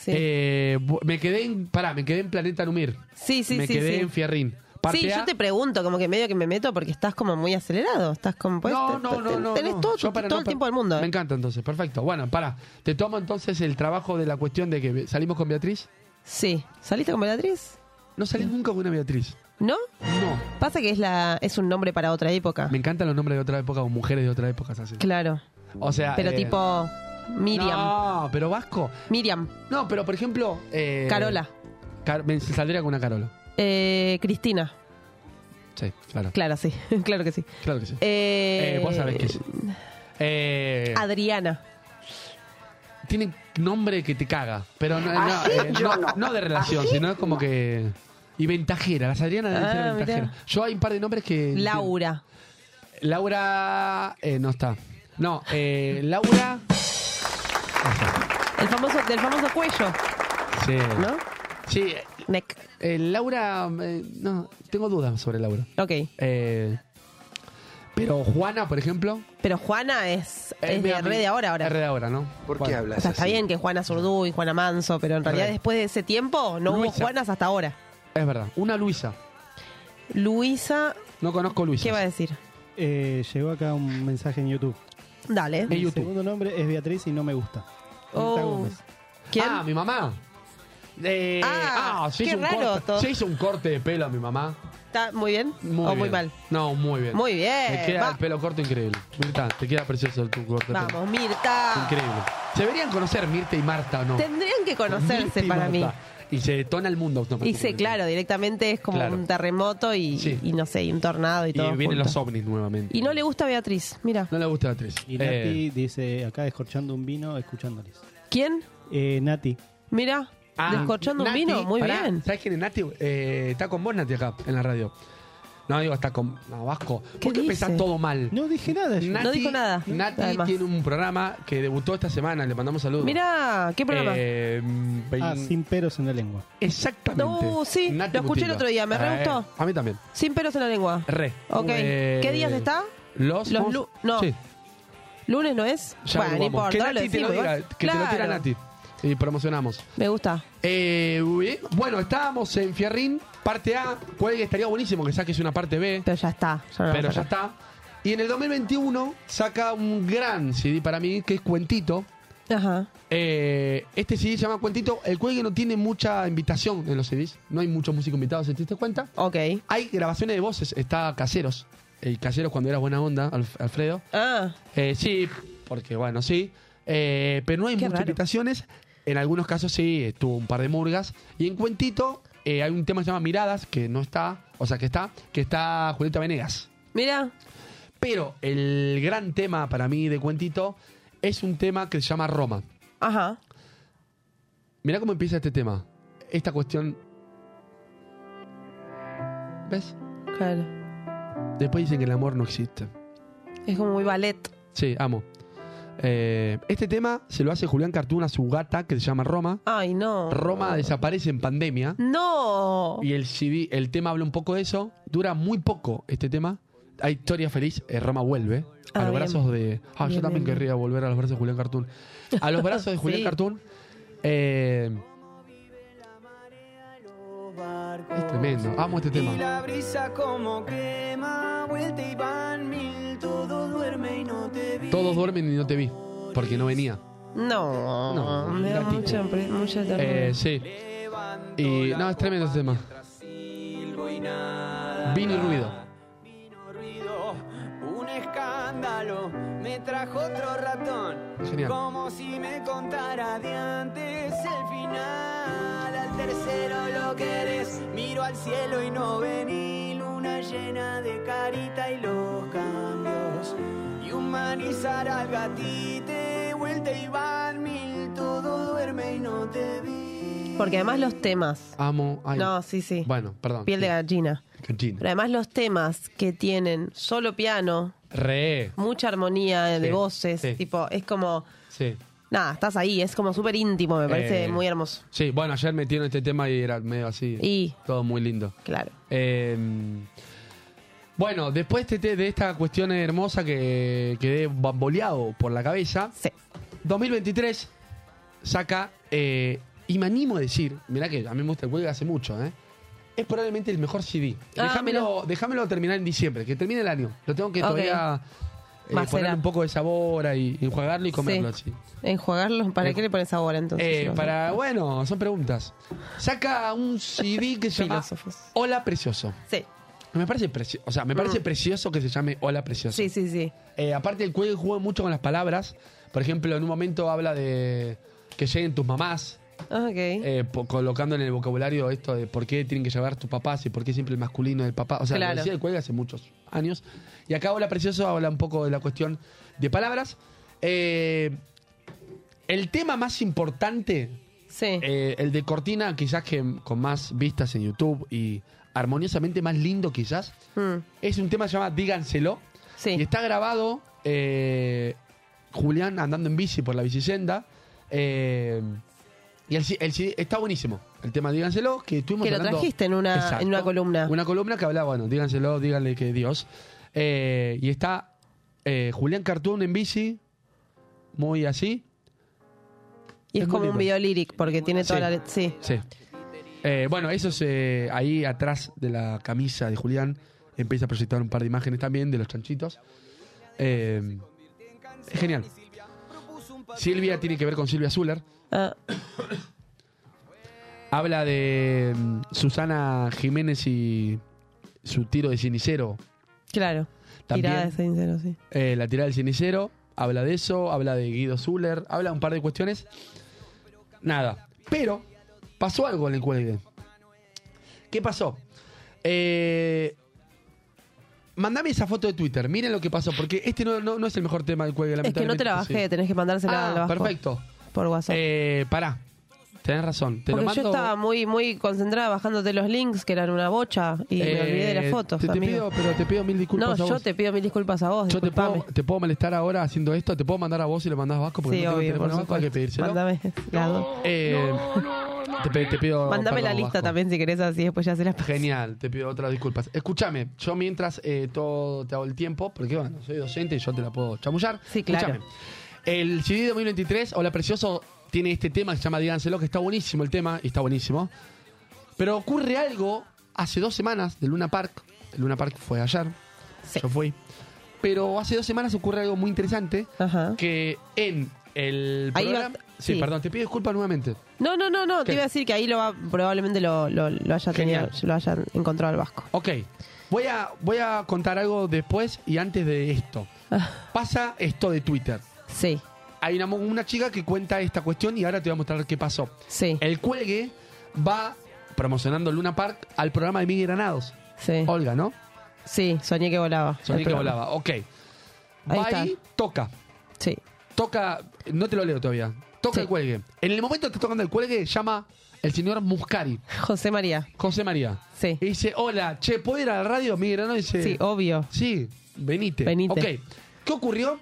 Sí,
Eh, bu- me quedé en. Pará, me quedé en Planeta Numir.
sí, sí.
me
sí,
quedé
sí.
en Fierrín. Parte
Sí,
A-
yo te pregunto, como que medio que me meto porque estás como muy acelerado. Estás como. pues,
no,
te-
no, no,
te-
no.
Tenés
no.
todo,
Yo para-
todo
no,
el
para-
tiempo del mundo.
Me
eh.
encanta entonces, perfecto. Bueno, pará. Te tomo entonces el trabajo de la cuestión de que salimos con Beatriz.
Sí. ¿Saliste con Beatriz?
No salí nunca con una Beatriz.
¿No?
No.
Pasa que es, la, es un nombre para otra época.
Me encantan los nombres de otra época o mujeres de otra época. Así.
Claro.
O sea.
Pero
eh,
tipo. Miriam.
No, pero Vasco.
Miriam.
No, pero por ejemplo. eh,
Carola.
Car- me saldría con una Carola.
Eh, Cristina.
Sí, claro.
Claro, sí. claro que sí.
Claro que sí.
Eh,
Eh, vos sabés que sí. Eh,
Adriana.
tiene nombre que te caga, pero no,
Ah,
no, eh, no- no de relación, sino como que... Y ventajera, las Adrianas deben
Ah,
ser ventajeras.
mirá.
Yo hay un par de nombres que...
Laura.
Laura... eh, no está. No, eh, Laura...
El famoso, del famoso cuello,
Sí.
¿no?
Sí, eh,
Neck.
eh, Laura... eh, no, tengo dudas sobre Laura.
Ok.
Eh, pero Juana, por ejemplo...
Pero Juana es,
eh,
es
mira,
de red de ahora ahora.
Es de ahora, ¿no?
¿Por qué
Bueno.
hablas
O sea, está
así?
bien que Juana Zurdú y Juana Manso, pero en realidad
Re.
después de ese tiempo no hubo
Luisa.
Juanas hasta ahora.
Es verdad. Una Luisa.
Luisa,
No conozco a Luisa.
¿qué va a decir?
Eh, llegó acá un mensaje en YouTube.
Dale.
En
Mi
YouTube.
segundo nombre es Beatriz y no me gusta.
Oh.
Anita Gómez.
¿Quién?
Ah, mi mamá. Eh,
Ah,
se
qué
hizo un
raro
corte,
todo.
Se hizo un corte de pelo a mi mamá.
¿Está muy bien
Muy
o
bien.
muy mal?
No, muy bien.
Muy bien.
Te queda
Va-
el pelo corto increíble. Mirta, te queda precioso el tu corte. de pelo.
Vamos, Mirta.
Increíble. Se deberían conocer Mirta y Marta o no.
Tendrían que
Mirta
conocerse
y
para
Marta.
mí.
Y se detona el mundo.
Y sé, claro, directamente es como
Claro.
un terremoto y,
Sí.
y no sé, y un tornado y,
Y
todo.
vienen
junto.
los ovnis nuevamente.
Y no le gusta a Beatriz, mira.
No le gusta la actriz.
Y
Eh,
Nati dice, acá descorchando un vino, escuchándoles.
¿Quién?
Eh, Nati,
Mira, Descorchando un vino, muy
Ah, pará,
bien.
¿Sabes quién es Nati? Eh, está con vos, Nati, acá, en la radio. No, digo, está con. No, Vasco. ¿Por qué
dice?
empezás todo mal?
No dije nada. yo.
Nati-
No dijo nada,
Nati
además.
tiene un programa que debutó esta semana, le mandamos saludos.
Mirá, ¿qué programa?
Eh, vein-
Ah, sin peros en la lengua.
Exactamente.
No, sí, lo escuché el otro día, me re
Eh,
gustó.
A mí también.
Sin pelos en la lengua.
Re.
Ok.
Eh,
¿Qué días está?
Los,
Los
vamos-
lu- no.
Sí,
¿Lunes no es?
ya
bueno, no
lo vamos.
importa,
Que
ahora lo
Nati te lo
decimos
diga,
igual.
que te lo tira
Claro.
Nati. Y promocionamos.
Me gusta.
Eh, bien. bueno, estábamos en Fierrín, parte A. Puede que estaría buenísimo que saques una parte B,
Pero ya está. ya no
pero
lo
ya
saco.
está. Y en el 2021 saca un gran CD para mí, que es Cuentito.
Ajá.
Eh, este CD se llama Cuentito, el cual que no tiene mucha invitación en los CDs. No hay muchos músicos invitados, ¿te diste cuenta?
Ok.
Hay grabaciones de voces, está Caseros. El Caseros cuando era buena onda, Alf- Alfredo.
Ah,
Eh, sí, porque bueno, sí. Eh, pero no hay
Qué
muchas
raro.
invitaciones. En algunos casos sí, tuvo un par de murgas. Y en Cuentito eh, hay un tema que se llama Miradas, que no está, o sea, que está, que está Julieta Venegas.
mira.
Pero el gran tema para mí de Cuentito es un tema que se llama Roma.
Ajá.
Mirá cómo empieza este tema. Esta cuestión... ¿Ves?
Claro.
Después dicen que el amor no existe.
Es como muy ballet.
Sí, amo. Eh, este tema se lo hace Julián Cartún a su gata que se llama Roma.
Ay, no.
Roma desaparece en pandemia
No.
y el CD, el tema habla un poco de eso. Dura muy poco este tema. Hay historia feliz. eh, Roma vuelve a
Ah,
los
bien.
brazos de. Ah, yo
Bien,
también
bien,
querría volver a los brazos de Julián Cartoon. A los brazos de Julián
Sí.
Cartoon. eh, es tremendo. Amo este
Y
tema.
la brisa como quema, vuelta y van mil, todo duerme y no te vi.
Todos duermen y no te vi porque no venía.
No.
No,
Ah, Me da
gatito.
mucha, pre- mucha
Eh,
ternura.
sí.
Levanto
Y
la
no, es tremendo este tema.
mientras silbo y nada.
Vino y ruido.
Vino ruido, un escándalo, me trajo otro ratón.
Genial.
Como si me contara de antes el final. Al tercero lo querés. Miro al cielo y no vení. Luna llena de carita y los cambios. Y humanizar al gatite. Vuelta y van mil. Todo duerme y no te vi.
Porque además los temas.
Amo. ay.
No, sí, sí.
Bueno, perdón.
Piel de gallina.
Gallina.
Pero además los temas que tienen solo piano,
Re.
mucha armonía de
Sí,
voces,
sí.
tipo, es como,
Sí.
nada, estás ahí, es como súper íntimo, me parece
Eh,
muy hermoso.
Sí, bueno, ayer metieron este tema y era medio así.
Y,
Todo muy lindo.
claro.
Eh, bueno, después de, este, de esta cuestión hermosa que quedé bamboleado por la cabeza,
Sí.
2023 saca, eh, y me animo a decir, mirá que a mí me gusta el cuelgue hace mucho, ¿eh? Es probablemente el mejor CD.
Ah,
déjamelo, déjamelo terminar en diciembre, que termine el año. Lo tengo que
Ok.
todavía eh,
Macerar.
ponerle un poco de sabor y enjuagarlo y comerlo así.
Enjuagarlos, ¿para
Eh,
qué le pones ahora entonces?
Eh,
No sé.
para, bueno, son preguntas. Saca un CD que se llama
Filósofos.
Hola Precioso.
Sí,
Me parece preci- o sea, me parece precioso que se llame Hola Precioso.
sí, sí, sí.
Eh, aparte el juego juega mucho con las palabras. Por ejemplo, en un momento habla de que lleguen tus mamás,
Ah, Ok.
eh, po- colocando en el vocabulario esto de por qué tienen que llevar tus papás y por qué siempre el masculino del papá. O sea,
Claro.
lo decía el cuelgue hace muchos años. Y acá Hola Precioso habla un poco de la cuestión de palabras. Eh, el tema más importante
sí.
eh, el de Cortina, quizás que con más vistas en YouTube y armoniosamente más lindo, quizás,
Mm,
es un tema que se llama Díganselo. Y
sí.
está grabado eh, Julián andando en bici por la bicicenda. eh, y el, C- el CD está buenísimo. El tema Díganselo, que estuvimos
Que lo
hablando-
trajiste en una,
Exacto.
en una columna.
Una columna que hablaba, bueno, díganselo, díganle que Dios. Eh, y está eh, Julián Cartoon en bici, muy así.
y es
es muy
como un
lindo.
video lyric, porque tiene toda
Sí.
la letra. Sí.
Sí. Eh, bueno, eso es eh, ahí atrás de la camisa de Julián. Empieza a proyectar un par de imágenes también de los chanchitos. Eh, es genial. Silvia tiene que ver con Silvia Zuller.
Ah,
Habla de mm, Susana Jiménez y su tiro de cinicero.
claro.
También
Tirada de sincero, sí.
eh, la tirada del cinicero. Habla de eso. Habla de Guido Zuller. Habla un par de cuestiones. Nada. Pero pasó algo en el cuelgue. ¿Qué pasó? Eh, mandame esa foto de Twitter. Miren lo que pasó. Porque este no, no- no es el mejor tema del cuelgue.
Es que no te
lamentablemente, Ah,
la bajé,
sí.
tenés que mandársela
Ah,
al Vasco
perfecto.
por WhatsApp.
Eh, pará. Tenés razón. Te
Porque
lo mando.
yo estaba muy, muy concentrada bajándote los links, que eran una bocha, y me
Eh,
olvidé de las fotos.
Te, te
amigo.
pido, pero te pido mil disculpas.
no,
a
yo
vos.
te pido mil disculpas a vos,
Yo te
disculpame.
puedo, te puedo molestar ahora haciendo esto, te puedo mandar a vos y le mandás a Vasco porque
sí,
no tengo el
obvio, por
teléfono de Vasco, hay que
supuesto.
pedírselo.
Mándame, la,
Eh, te, pe- te pido
mándame la
perdón,
lista
Vasco.
también si querés, así después ya se las paso.
Genial, te pido otras disculpas. Escúchame, yo mientras eh, todo te hago el tiempo, porque bueno, soy docente y yo te la puedo chamullar.
Sí, claro.
Escúchame. El CD 2023, Hola Precioso, tiene este tema que se llama Díganselo, que está buenísimo el tema, y está buenísimo. Pero ocurre algo hace dos semanas de Luna Park. El Luna Park fue ayer,
Sí.
yo fui. Pero hace dos semanas ocurre algo muy interesante,
Ajá.
que en el
Ah. Ahí va-
programa... sí,
sí.
perdón, te pido disculpas nuevamente.
No, no, no, no,
¿Qué?
te iba a decir que ahí lo va, probablemente lo, lo, lo haya tenido,
Genial.
lo hayan encontrado el Vasco.
Ok. Voy a, voy a contar algo después y antes de esto.
Ah,
Pasa esto de Twitter.
sí,
Hay una, mo- una chica que cuenta esta cuestión y ahora te voy a mostrar qué pasó.
sí,
El cuelgue va promocionando Luna Park al programa de Miguel Granados.
sí.
Olga, ¿no?
Sí, soñé que volaba.
Soñé
El
que
programa.
volaba. Ok.
Ahí
Va
está.
ahí, toca.
Sí.
Toca. No te lo leo todavía. Toca
Sí.
el cuelgue. En el momento que está tocando el cuelgue, llama el señor Muscari,
José María,
José María.
sí.
Y dice: Hola, che, ¿puedo ir a la radio? Miguel Granados dice:
Sí, obvio.
Sí, venite.
Venite.
Ok. ¿Qué ocurrió?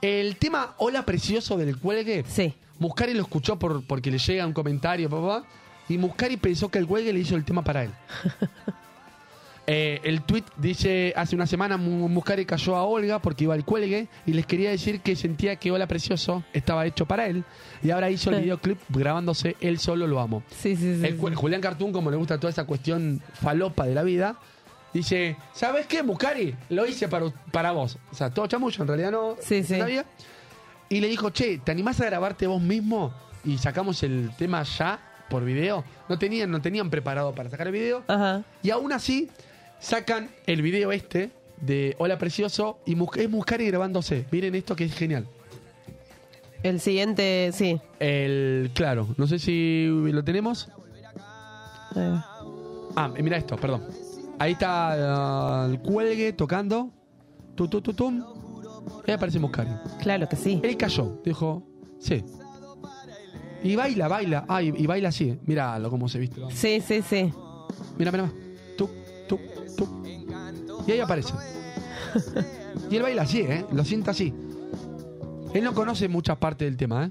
El tema Hola Precioso del cuelgue.
Sí.
Muscari lo escuchó por, porque le llega un comentario, papá. Y Muscari pensó que el cuelgue le hizo el tema para él. Eh, el tweet dice: Hace una semana Mu- Muscari cayó a Olga porque iba al cuelgue y les quería decir que sentía que Hola Precioso estaba hecho para él. Y ahora hizo el
Sí.
videoclip grabándose Él solo lo amo.
Sí, sí, sí.
El cu-
sí.
Julián Cartoon, como le gusta toda esa cuestión falopa de la vida, dice, ¿sabes qué, Muscari? Lo hice para, para vos. O sea, todo chamullo, en realidad no.
Sí,
no
sí.
sabía. Y le dijo, che, ¿te animás a grabarte vos mismo? Y sacamos el tema ya por video. No tenían, no tenían preparado para sacar el video.
Ajá.
Y aún así, sacan el video este de Hola Precioso y Mus- es Muscari grabándose. Miren esto que es genial.
El siguiente, sí.
El, claro, no sé si lo tenemos.
Ahí va.
Ah, mira esto, perdón. Ahí está eh, el cuelgue tocando. Tu, tu, tu, tum. Y ahí aparece Muscari.
Claro que sí.
Él cayó, dijo, sí. Y baila, baila. Ah, y, y baila así. Mira cómo se viste.
Sí, sí, sí.
Mira, mira. Tuc, tuc, tuc. Y ahí aparece. y él baila así, ¿eh? Lo sienta así. Él no conoce muchas partes del tema, ¿eh?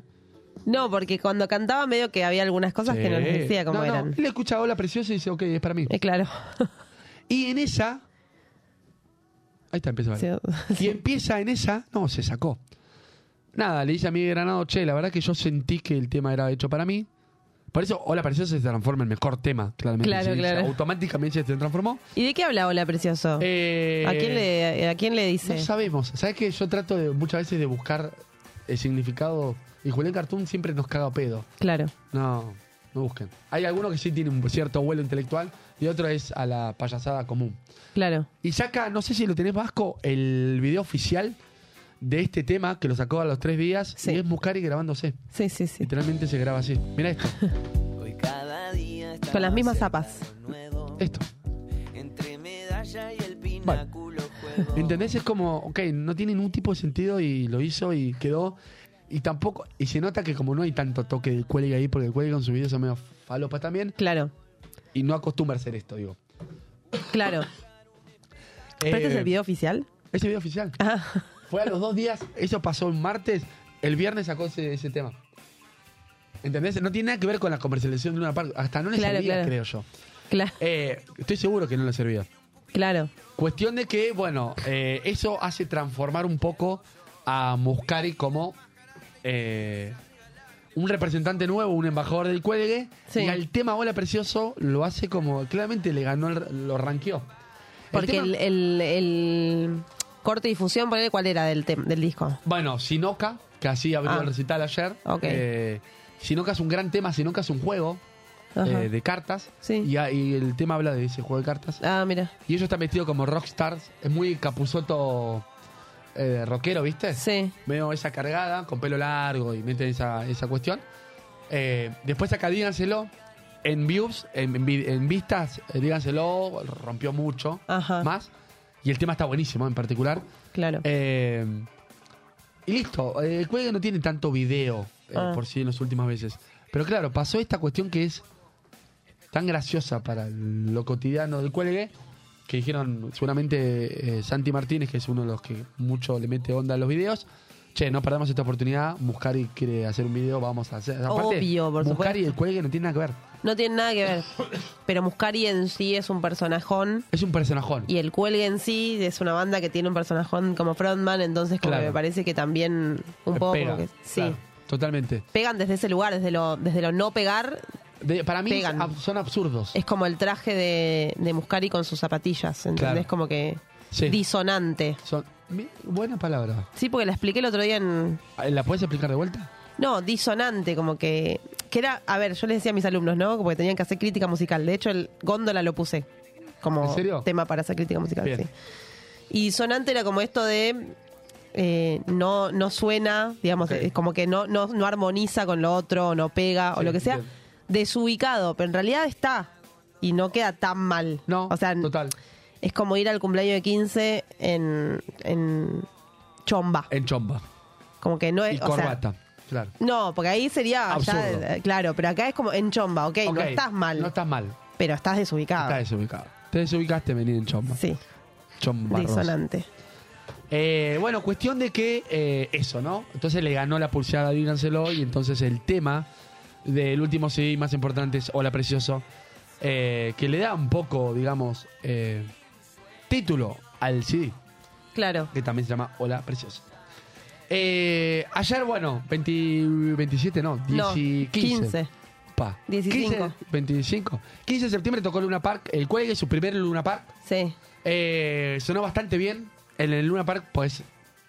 No, porque cuando cantaba medio que había algunas cosas que no les decía cómo
No, no,
eran.
Él escucha Hola Preciosa y dice, ok, es para mí.
Eh, claro.
Y en esa... Ahí está, empieza a bailar.
Sí.
Y empieza en esa, no, se sacó. Nada, le dice a mi Granado, che, la verdad que yo sentí que el tema era hecho para mí. Por eso, Hola Preciosa se transforma en mejor tema, claramente.
Claro,
Se dice,
claro.
Automáticamente se transformó.
¿Y de qué habla Hola Precioso?
Eh,
¿A, quién le, ¿A quién le dice?
No sabemos. ¿Sabes que Yo trato de, muchas veces de buscar el significado. Y Julián Cartoon siempre nos caga a pedo.
Claro.
No, no busquen. Hay algunos que sí tienen un cierto vuelo intelectual y otro es a la payasada común.
Claro.
Y saca, no sé si lo tenés Vasco, el video oficial de este tema que lo sacó a los tres días
Sí.
y es Muscari grabándose.
Sí, sí, sí.
Literalmente se graba así. Mira esto,
Hoy cada día está
Con las
más
mismas
cerca
zapas.
lo nuevo.
esto.
Entre medalla y el pináculo juego.
¿Entendés? Es como, ok, no tiene ningún tipo de sentido y lo hizo y quedó. Y tampoco, y se nota que como no hay tanto toque de cuelga ahí, porque el cuelga con su video son medio falopas también,
Claro.
y no acostumbra a hacer esto, digo.
Claro. ¿Pero este es
Eh,
el video oficial?
Ese video oficial.
Ah,
Fue a los dos días, eso pasó un martes, el viernes sacó ese, ese tema. ¿Entendés? No tiene nada que ver con la comercialización de Luna Park. Hasta no le
Claro,
servía,
claro.
creo yo.
cla-
Eh, estoy seguro que no le servía.
claro.
Cuestión de que, bueno, eh, eso hace transformar un poco a Muscari como eh, un representante nuevo, un embajador del cuelgue.
Sí.
Y al tema Hola Precioso lo hace como, claramente le ganó, el- lo ranqueó. El
Porque
tema-
el, el, el corte de difusión, ponele, ¿cuál era del, tem- del disco?
Bueno, Sinoca, que así abrió
Ah.
el recital ayer.
Ok.
Eh, Sinoca es un gran tema, Sinoca es un juego
Ajá.
eh, de cartas.
Sí.
Y, a- y el tema habla de ese juego de cartas.
Ah, mira.
Y ellos están vestidos como rockstars. Es muy capuzoto eh, rockero, ¿viste?
Sí.
Veo esa cargada, con pelo largo y meten esa, esa cuestión. Eh, después acá díganselo. En views, en, en vi- en vistas, eh, díganselo, rompió mucho
Ajá.
más. Y el tema está buenísimo en particular.
Claro.
Eh, y listo. Eh, El juego no tiene tanto video eh,
Ah.
por sí en las últimas veces. Pero claro, pasó esta cuestión que es tan graciosa para lo cotidiano del cuelgue que dijeron seguramente eh, Santi Martínez, que es uno de los que mucho le mete onda a los videos. Che, no perdamos esta oportunidad. Muscari quiere hacer un video, vamos a hacer.
Obvio, por
Muscari y
supuesto.
el cuelgue no tienen nada que ver.
No tiene nada que ver. Pero Muscari en sí es un personajón.
Es un personajón.
Y el Cuelgue en sí es una banda que tiene un personajón como frontman. Entonces, como
Claro.
que me parece que también un poco.
Pega,
como que- sí.
claro, totalmente.
Pegan desde ese lugar, desde lo, desde lo no pegar.
De- para mí es
Pegan.
ab- son absurdos.
Es como el traje de, de Muscari con sus zapatillas. ¿Entendés?
Claro.
Como que.
Sí.
Disonante.
Son- mi- buena palabra. Ah,
Sí, porque la expliqué el otro día en,
¿La puedes explicar de vuelta?
No, disonante, como que. Que era. A ver, yo les decía a mis alumnos, ¿no? Porque tenían que hacer crítica musical. De hecho, el góndola lo puse como
¿En serio?
tema para hacer crítica musical.
Bien.
sí. Y disonante era como esto de. eh, no, no suena, digamos,
Ok.
es como que no, no, no armoniza con lo otro, o no pega, o
Sí,
lo que sea.
bien.
Desubicado, pero en realidad está. Y no queda tan mal.
No,
o sea,
total.
es como ir al cumpleaños de 15 en. en chomba.
En chomba.
Como que no es.
Y
o sea,
corbata. claro.
no, porque ahí sería. ya,
Absurdo.
eh, claro, pero acá es como en chomba, ok, no
Ok,
estás mal,
No estás mal.
pero estás desubicado.
Estás desubicado. Te desubicaste venir en chomba.
sí,
Chomba.
disonante.
Eh, bueno, cuestión de que eh, eso, ¿no? Entonces le ganó la pulseada a Díganselo y entonces el tema del último CD más importante es Hola Precioso, eh, que le da un poco, digamos, eh, título al CD,
Claro.
que también se llama Hola Precioso. Eh, ayer, bueno, 20 27, no, 10
No, 15.
15. Pa.
15.
25. 15 de septiembre tocó Luna Park, el cuelgue, su primer Luna Park.
Sí,
Eh, sonó bastante bien. En el Luna Park puedes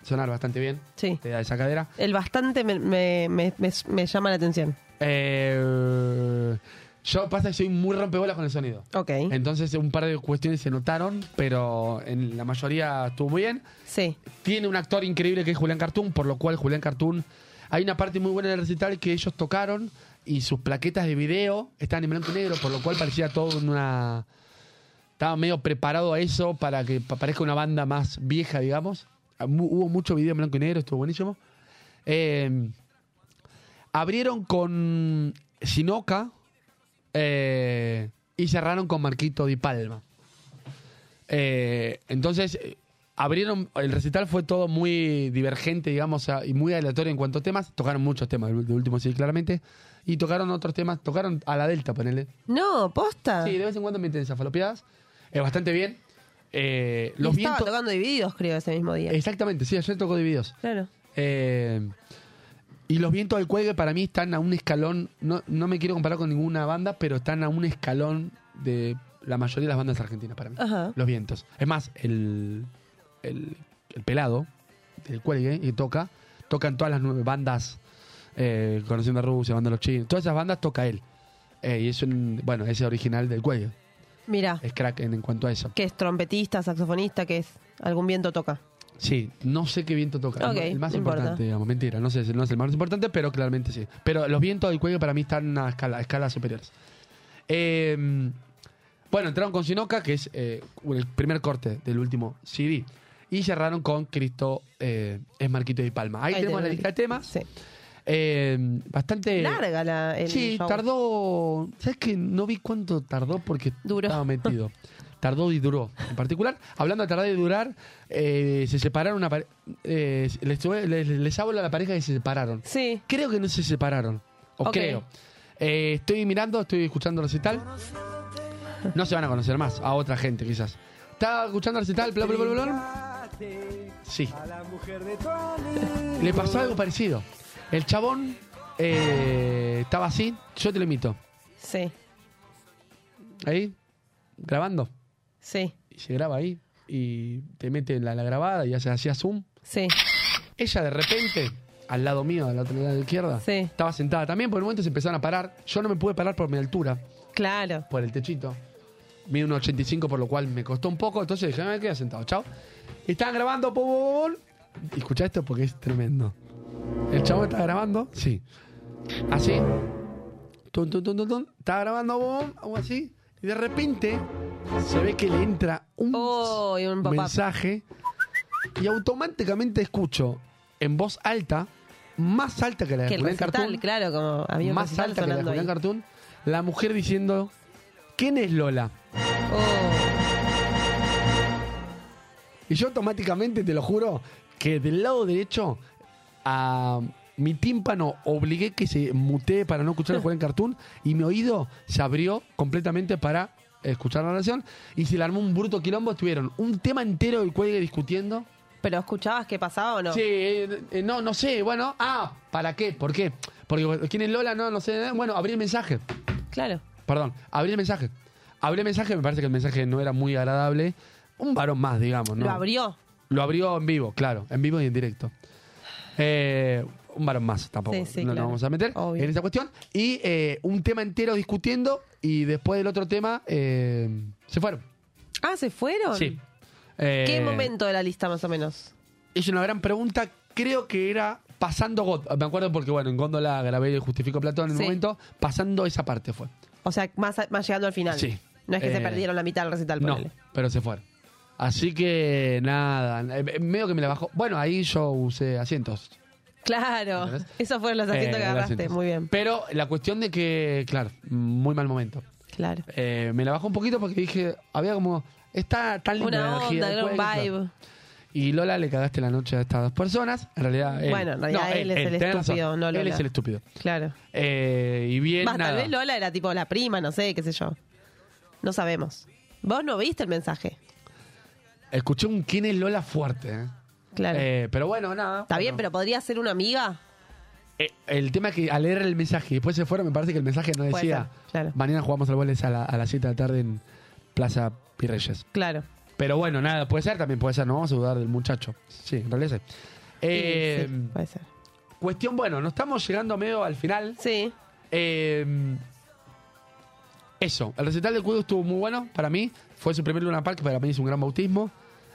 sonar bastante bien.
sí.
Te da esa cadera.
El bastante me, me- me- me- me llama la atención.
Eh, yo pasa que soy muy rompebolas con el sonido.
Ok.
Entonces un par de cuestiones se notaron, pero en la mayoría estuvo bien.
Sí,
Tiene un actor increíble que es Julián Cartoon, por lo cual Julián Cartoon... Hay una parte muy buena del recital que ellos tocaron y sus plaquetas de video estaban en blanco y negro, por lo cual parecía todo una... Estaba medio preparado a eso para que pa- parezca una banda más vieja, digamos. Ah, mu- Hubo mucho video en blanco y negro, estuvo buenísimo. Eh, abrieron con Sinoca eh, y cerraron con Marquito Di Palma. Eh, entonces, eh, abrieron. El recital fue todo muy divergente, digamos, a- y muy aleatorio en cuanto a temas. Tocaron muchos temas, el de último sí, claramente. Y tocaron otros temas. Tocaron a la Delta, ponele.
No, posta.
Sí, de vez en cuando meten esas falopeadas. Eh, bastante bien. Eh, los
Y Estaba
vientos.
tocando divididos, creo, ese mismo día.
Exactamente, sí, ayer tocó divididos.
Claro.
Eh, y los vientos del cuelgue para mí están a un escalón, no, no me quiero comparar con ninguna banda, pero están a un escalón de la mayoría de las bandas argentinas para mí.
Ajá.
Los vientos. Es más, el, el, el pelado del cuelgue que toca, tocan todas las nueve bandas, eh, Conociendo a Rusia, Banda de los Chinos, todas esas bandas toca él. Eh, y es un, bueno, ese original del cuelgue.
Mira,
Es crack en, en cuanto a eso.
que es trompetista, saxofonista, que es algún viento toca.
Sí, no sé qué viento toca.
Ok,
el más
no importa.
importante, digamos. Mentira, no sé, no es el más importante, pero claramente sí. Pero los vientos del cuello para mí están a escala, a escalas superiores. Eh, bueno, entraron con Sinoca, que es eh, el primer corte del último CD. Y cerraron con Cristo eh, es Marquito y Palma. Ahí, tenemos la lista de temas.
Sí.
Eh, bastante.
Larga la. El
Sí,
show.
tardó. ¿Sabes que No vi cuánto tardó porque
Duró.
estaba metido. Tardó y duró. En particular, hablando de tardar y durar, eh, se separaron una pare- eh, les, tuve- les- les hablo a la pareja que se separaron.
Sí.
Creo que no se separaron. O
Ok.
creo. Eh, estoy mirando, estoy escuchando el recital. No se van a conocer más, a otra gente quizás. Estaba escuchando el recital, bla, bla, bla, bla, bla. Sí. Le pasó algo parecido. El chabón eh, estaba así, yo te lo imito.
Sí,
Ahí, grabando.
sí,
Y se graba ahí y te mete la, la grabada y hace hacía zoom.
sí.
Ella de repente, al lado mío, al otro lado de la izquierda,
Sí.
estaba sentada también. Por el momento se empezaron a parar. Yo no me pude parar por mi altura,
Claro.
por el techito. Mide un 85, por lo cual me costó un poco. Entonces dije, "Ah, me quedo sentado, chao. Y estaban grabando, pum, pum, pum. Y escuchá esto porque es tremendo. El chavo está grabando, sí. Así. Tun, tun, tun, tun, tun. Está grabando, pum, algo así. Y de repente se ve que le entra un
Oh, y un pop-up.
mensaje y automáticamente escucho en voz alta más alta que la de
Que el
Julián
recital,
Cartoon.
claro, como había un
más
recital
alta que la de
sonando
Julián
ahí.
Cartoon. La mujer diciendo, ¿quién es Lola?
Oh,
Y yo automáticamente, te lo juro, que del lado derecho a mi tímpano obligué que se mutee para no escuchar a Julián Cartoon y mi oído se abrió completamente para escuchar la oración y se le armó un bruto quilombo. Estuvieron un tema entero del cuelgue discutiendo.
¿Pero escuchabas qué pasaba o no?
Sí, eh, eh, no, no sé, bueno, ah, ¿para qué? ¿Por qué? Porque quién es Lola, no, no sé, eh, bueno, abrí el mensaje.
Claro.
Perdón, abrí el mensaje. Abrí el mensaje, me parece que el mensaje no era muy agradable. Un varón más, digamos, ¿no?
Lo abrió.
Lo abrió en vivo, claro, en vivo y en directo. Eh, un varón más, tampoco.
Sí, sí,
no
claro.
nos vamos a meter
Obvio.
en esta cuestión. Y eh, un tema entero discutiendo y después del otro tema eh, se fueron.
Ah, ¿se fueron?
Sí. Eh,
¿Qué momento de la lista más o menos?
Es una gran pregunta. Creo que era pasando Góndola. Me acuerdo porque, bueno, en Góndola grabé y justifico Platón en el
Sí.
momento. Pasando esa parte fue.
O sea, más, a- más llegando al final.
Sí.
No es que se
Eh,
perdieron la mitad del recital,
No,
ponele.
pero se fueron. Así que nada, eh, medio que me la bajó. Bueno, ahí yo usé asientos.
Claro.
¿Entendés?
Esos fueron los asientos
Eh,
que agarraste.
asientos.
Muy bien.
Pero la cuestión de que, claro, muy mal momento.
Claro.
Eh, me la bajó un poquito porque dije, había como, está tan linda la
Una
energía
onda,
del
era un
juego, claro.
vibe.
Y Lola le cagaste la noche a estas dos personas. En realidad, él.
Bueno, en realidad él es el
tenés razón.
estúpido, no
Él
Lola.
es el estúpido.
Claro.
Eh, y bien,
Más, tal
nada.
vez Lola era tipo la prima, no sé, qué sé yo. No sabemos. Vos no viste el mensaje.
Escuché un quién es Lola fuerte. eh.
Claro.
Eh, pero bueno, nada.
Está bien,
Bueno.
pero podría ser una amiga.
Eh, el tema es que al leer el mensaje y después se fueron, me parece que el mensaje no
Puede
decía.
ser, claro.
Mañana jugamos al goles a, la- a las 7 de la tarde en Plaza Pirreyes.
Claro.
Pero bueno, nada, puede ser, también puede ser, no vamos a dudar del muchacho. Sí, en realidad sí. Eh,
Sí, puede ser.
Cuestión, bueno, nos estamos llegando medio al final.
Sí.
Eh, eso, el recital del Cuido estuvo muy bueno para mí. Fue su primer Luna Park, para mí es un gran bautismo.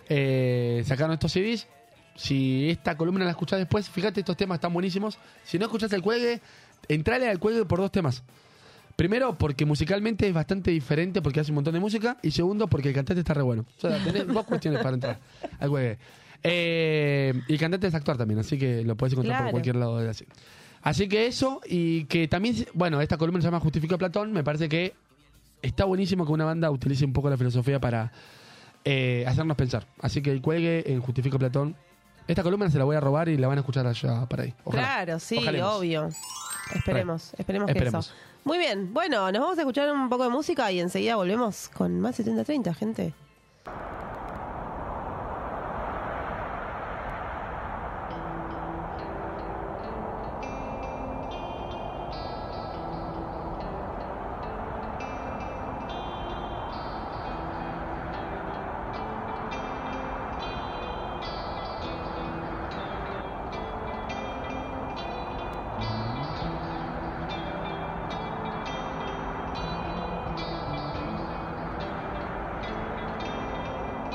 Eh, sacaron estos CDs. Si esta columna la escuchás después, fíjate, estos temas están buenísimos. Si no escuchaste el cuelgue, entrale al cuelgue por dos temas. Primero, porque musicalmente es bastante diferente porque hace un montón de música. Y segundo, porque el cantante está re bueno. O sea, tenés dos cuestiones para entrar al cuelgue. Eh, y el cantante es actor también, así que lo puedes encontrar
Claro.
por cualquier lado de así. Así que eso, y que también, bueno, esta columna se llama Justifica Platón. Me parece que está buenísimo que una banda utilice un poco la filosofía para eh, hacernos pensar. Así que el cuelgue en Justifica Platón. Esta columna se la voy a robar y la van a escuchar allá para ahí. Ojalá.
Claro, sí,
Ojalemos.
obvio. Esperemos, esperemos,
Esperemos.
que eso. Muy bien, bueno, nos vamos a escuchar un poco de música y enseguida volvemos con más 7030, gente.
Thank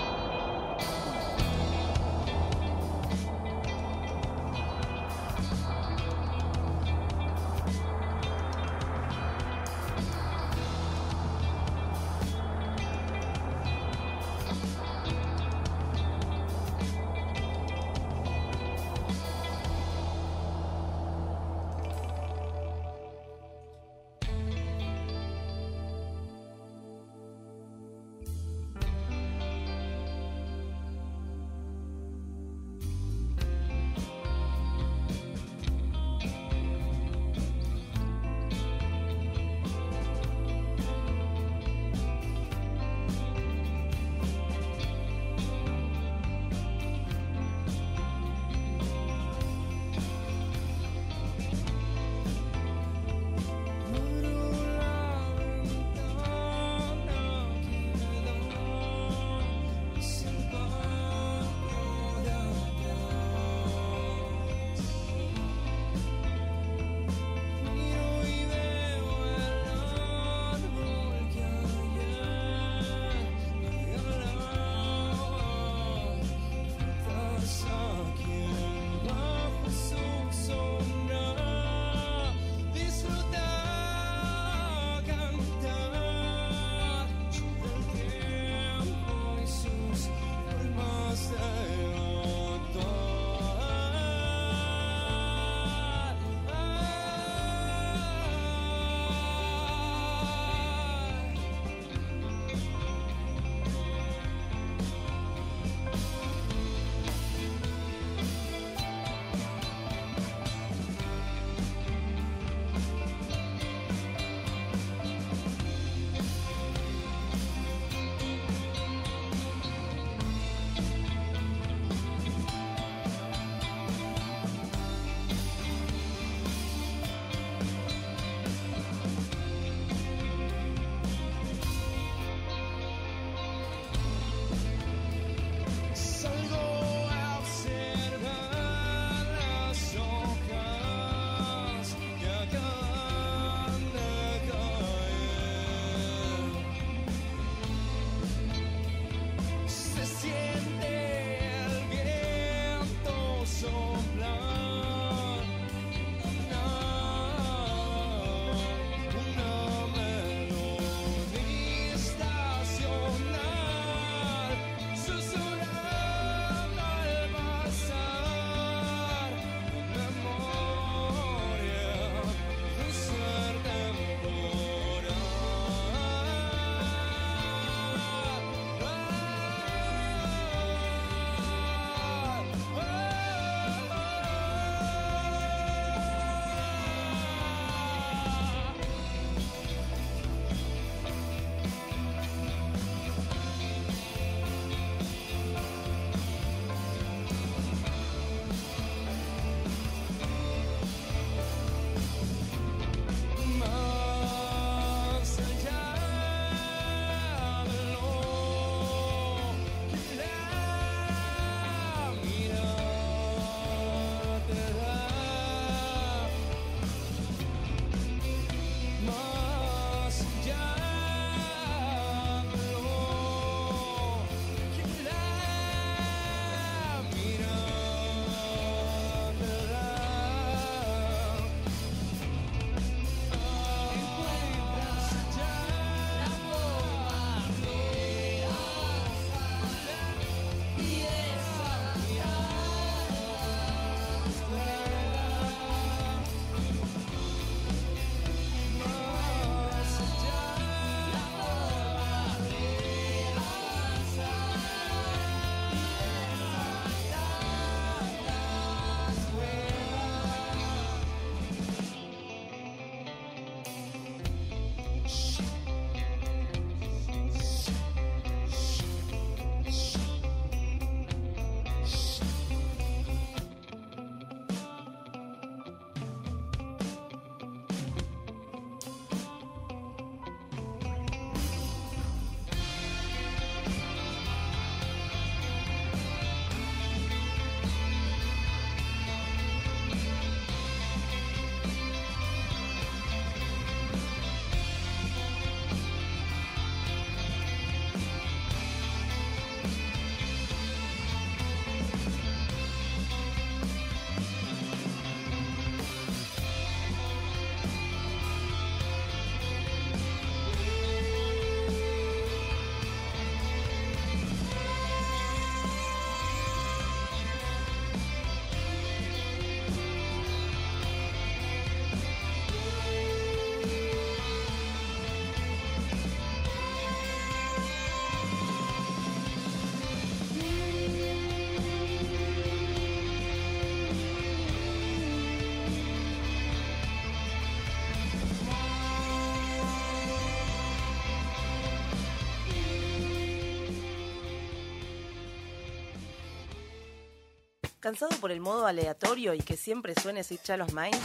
¿Cansado por el modo aleatorio y que siempre suene ese Chalos Mind?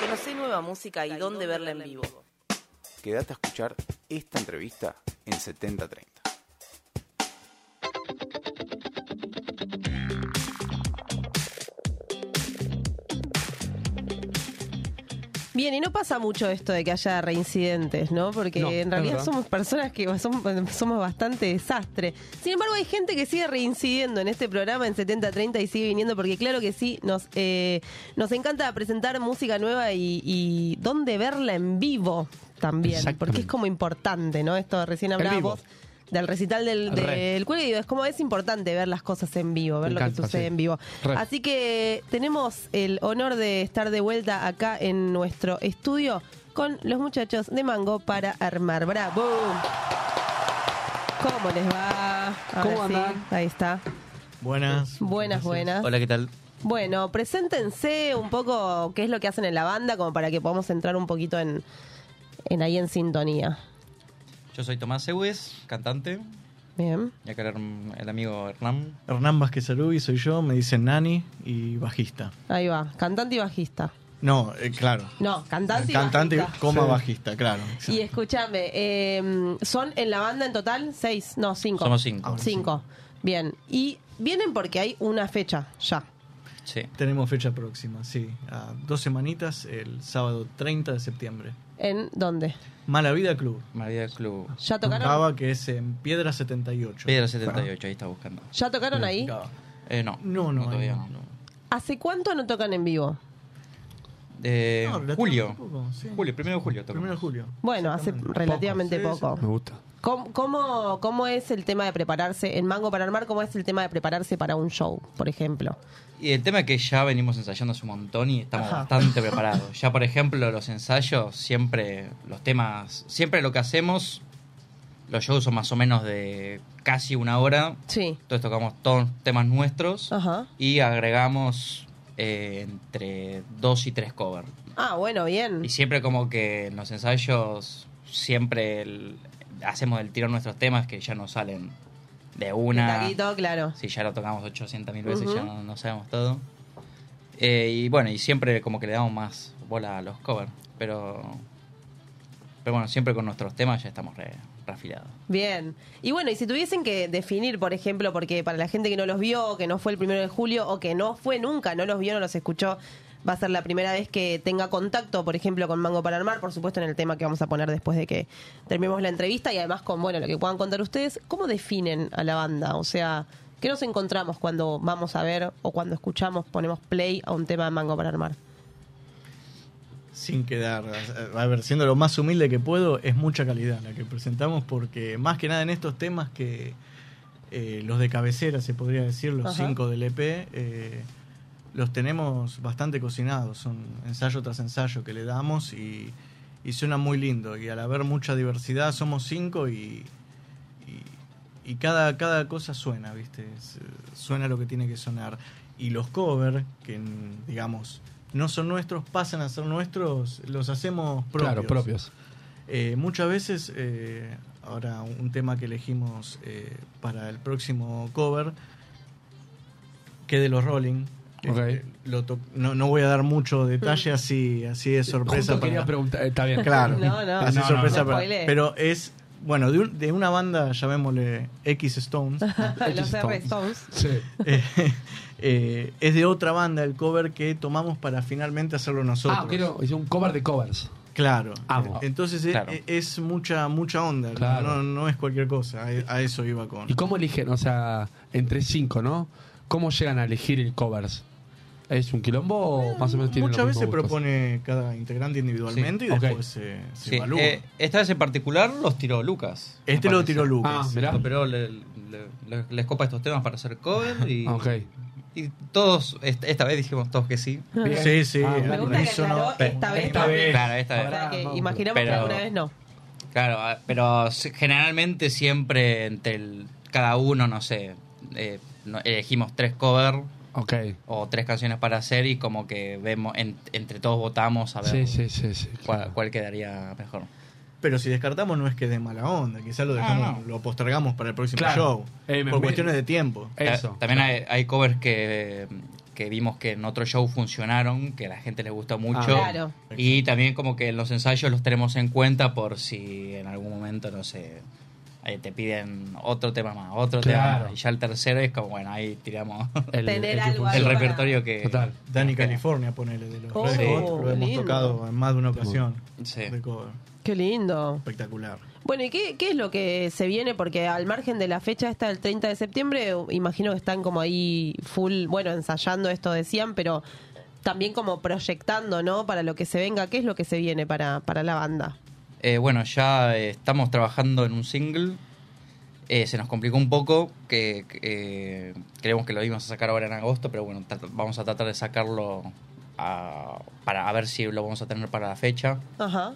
Conocé nueva música y dónde verla en vivo.
Quédate a escuchar esta entrevista en 7030.
Bien, y no pasa mucho esto de que haya reincidentes, ¿no? Porque
No,
en
es
realidad
verdad.
somos personas que somos, somos bastante desastre. Sin embargo, hay gente que sigue reincidiendo en este programa en 7030 y sigue viniendo porque claro que sí, nos, eh, nos encanta presentar música nueva y, y dónde verla en vivo también.
Exactamente.
Porque es como importante, ¿no? Esto recién
En
hablabas
vivo.
vos del recital del,
Re.
del cuello y digo, es como es importante ver las cosas en vivo, ver
Me
lo que
encanta,
sucede
sí.
en vivo.
Re.
Así que tenemos el honor de estar de vuelta acá en nuestro estudio con los muchachos de Mango para armar. ¡Bravo! ¿Cómo les va? Ahora
¿Cómo
sí,
andan?
Ahí está.
Buenas.
Buenas, buenas.
Hola, ¿qué tal?
Bueno, preséntense un poco qué es lo que hacen en la banda, como para que podamos entrar un poquito en, en ahí en sintonía.
Yo soy Tomás Ewes, cantante.
Bien.
Y acá el, herm- el amigo Hernán.
Hernán Vázquez Arubi soy yo, me dicen Nani y bajista.
Ahí va. Cantante y bajista.
No, eh, claro.
No, cantante y
Cantante,
bajista.
coma bajista, claro.
Y escúchame, eh, son en la banda en total seis, no, cinco.
Somos cinco.
Cinco. Bien. Y vienen porque hay una fecha ya.
Sí.
Tenemos fecha próxima, sí. A dos semanitas, el sábado 30 de septiembre.
¿En dónde?
Mala Vida Club.
María del Club.
¿Ya tocaron?
Cava, que es en Piedra 78.
Piedra 78, ahí está buscando.
¿Ya tocaron ahí?
Cava.
Eh, no.
No, no,
todavía
no.
no. no.
¿Hace cuánto no tocan en vivo?
Eh,
No, relativamente
julio.
poco, sí.
Julio, primero de julio. tocamos.
Primero de julio.
Bueno, hace relativamente
Poco, sí,
poco.
Me gusta.
¿Cómo, cómo, cómo es el tema de prepararse en Mango para Armar? ¿Cómo es el tema de prepararse para un show, por ejemplo?
Y el tema es que ya venimos ensayando hace un montón y estamos
Ajá.
bastante preparados. Ya, por ejemplo, los ensayos, siempre los temas, siempre lo que hacemos, los shows son más o menos de casi una hora.
Sí.
Entonces tocamos todos temas nuestros
Ajá.
y agregamos eh, entre dos y tres covers.
Ah, bueno, bien.
Y siempre como que en los ensayos siempre el- hacemos del tiro nuestros temas que ya no salen de una.
Taquito, claro.
Si ya lo tocamos 800 mil veces, ya no, no sabemos todo. Eh, y bueno, y siempre como que le damos más bola a los covers. Pero, pero bueno, siempre con nuestros temas ya estamos re, re afilados.
Bien. Y bueno, y si tuviesen que definir, por ejemplo, porque para la gente que no los vio, que no fue el primero de julio o que no fue nunca, no los vio, no los escuchó, va a ser la primera vez que tenga contacto, por ejemplo, con Mango para Armar, por supuesto, en el tema que vamos a poner después de que terminemos la entrevista y además con, bueno, lo que puedan contar ustedes, ¿cómo definen a la banda? O sea, ¿qué nos encontramos cuando vamos a ver o cuando escuchamos, ponemos play a un tema de Mango para Armar?
sin quedar, a ver, siendo lo más humilde que puedo, es mucha calidad la que presentamos porque más que nada en estos temas que eh, los de cabecera, se podría decir, los
Ajá.
cinco del EP, eh, los tenemos bastante cocinados, son ensayo tras ensayo que le damos y, y suena muy lindo y al haber mucha diversidad somos cinco y... y- y cada, cada cosa suena, ¿viste? Es, eh, Suena lo que tiene que sonar. Y los covers, que mm, digamos no son nuestros, pasan a ser nuestros, los hacemos propios.
Claro, propios.
Eh, muchas veces, eh, ahora un un tema que elegimos eh, para el próximo cover, que de los Rolling.
Ok.
Eh, lo to- no, no voy a dar mucho detalle, así, así es sorpresa
Justo quería
para,
preguntar. eh, Está bien.
Claro.
No, no.
Así
No, no,
sorpresa,
no
pero-
spoilees.
pero es, bueno, de, un- de una banda, llamémosle X Stones,
los R Stones.
Sí.
eh, eh, es de otra banda el cover que tomamos para finalmente hacerlo nosotros.
Ah, quiero hice un cover de covers.
Claro.
Amo.
Entonces e-
Claro.
e- es, mucha mucha onda,
Claro.
no, no es cualquier cosa, a, a eso iba con...
¿Y cómo eligen? O sea, entre cinco, ¿no? ¿Cómo llegan a elegir el covers? ¿Es un quilombo o más o menos tienen
Muchas
los mismos
veces
gustos?
propone cada integrante individualmente
Sí,
y
ok.
después se, se
Sí,
evalúa.
eh, esta vez en particular los tiró Lucas. me
este lo
parece.
tiró
Ah,
Lucas.
mirá.
Pero le- le- le- les copa estos temas para hacer cover y,
Ah, ok.
y todos, est- esta vez dijimos todos que sí.
Bien.
Sí, sí,
Ah,
Me
bueno.
gusta que
Eso
aclaró
no,
pero-
esta vez.
esta
también.
vez.
Claro, esta vez.
O sea, que
Pero-
imaginamos que
pero-
alguna vez no.
Claro, ah, pero se- generalmente siempre entre el- cada uno, no sé, eh, no- elegimos tres covers
Ok.
o tres canciones para hacer y como que vemos, en- entre todos votamos a ver
Sí, sí, sí. sí
cuál,
claro.
cuál quedaría mejor.
Pero si descartamos no es que es de mala onda, quizá lo dejamos,
Ah,
lo postergamos para el próximo
Claro.
show.
Eh, me-
por
me-
cuestiones de tiempo.
Ta- Eh, También hay, hay covers que, que vimos que en otro show funcionaron, que a la gente le gustó mucho.
claro.
Y también como que los ensayos los tenemos en cuenta por si en algún momento, no sé, eh, te piden otro tema más, otro tema
Claro.
más. Y ya el tercero es como, bueno, ahí tiramos el,
Tener
el-
algo ahí
el
para-
repertorio que...
Total. Dani California, ponele de los
Oh,
Red Hot, lo
qué
hemos
lindo.
tocado en más de una ocasión. De cover.
Qué lindo.
Espectacular.
Bueno, ¿y qué, qué es lo que se viene? Porque al margen de la fecha esta del 30 de septiembre, imagino que están como ahí full, bueno, ensayando esto decían, pero también como proyectando, ¿no? Para lo que se venga, ¿qué es lo que se viene para, para la banda?
Eh, bueno, ya eh, estamos trabajando en un single. Eh, se nos complicó un poco, que que, eh, creemos que lo íbamos a sacar ahora en agosto, pero bueno, tra- vamos a tratar de sacarlo a- para a ver si lo vamos a tener para la fecha.
Ajá.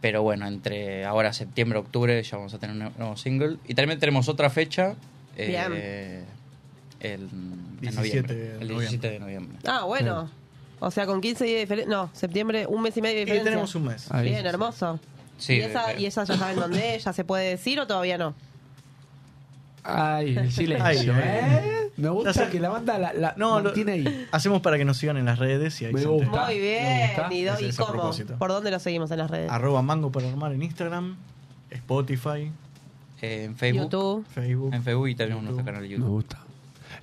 Pero bueno, entre ahora septiembre, octubre ya vamos a tener un nue- nuevo single. Y también tenemos otra fecha. eh, el, en
17 de
noviembre, el
noviembre.
17 de noviembre.
Ah, bueno. O sea, con 15 días de diferencia. No, septiembre, un mes y medio de
Y
diferencia.
tenemos un mes. Ahí.
Bien, hermoso.
Sí,
¿Y, esa,
eh,
¿Y esa ya saben dónde es? ¿Ya se puede decir o todavía no?
Ay, el
Ay,
silencio,
ay.
¿eh? Me gusta que la banda la, la
No, lo-
mantiene ahí.
Hacemos para que nos sigan en las redes y ahí
Me
se
gusta.
enteren.
Muy bien. ¿Y, do-
Ese
y
es el
cómo?
propósito.
¿Por dónde lo seguimos en las redes?
Arroba mango para armar en Instagram, Spotify,
Eh, en Facebook.
YouTube.
Facebook.
En Facebook y tenemos nuestro canal de YouTube.
Me gusta.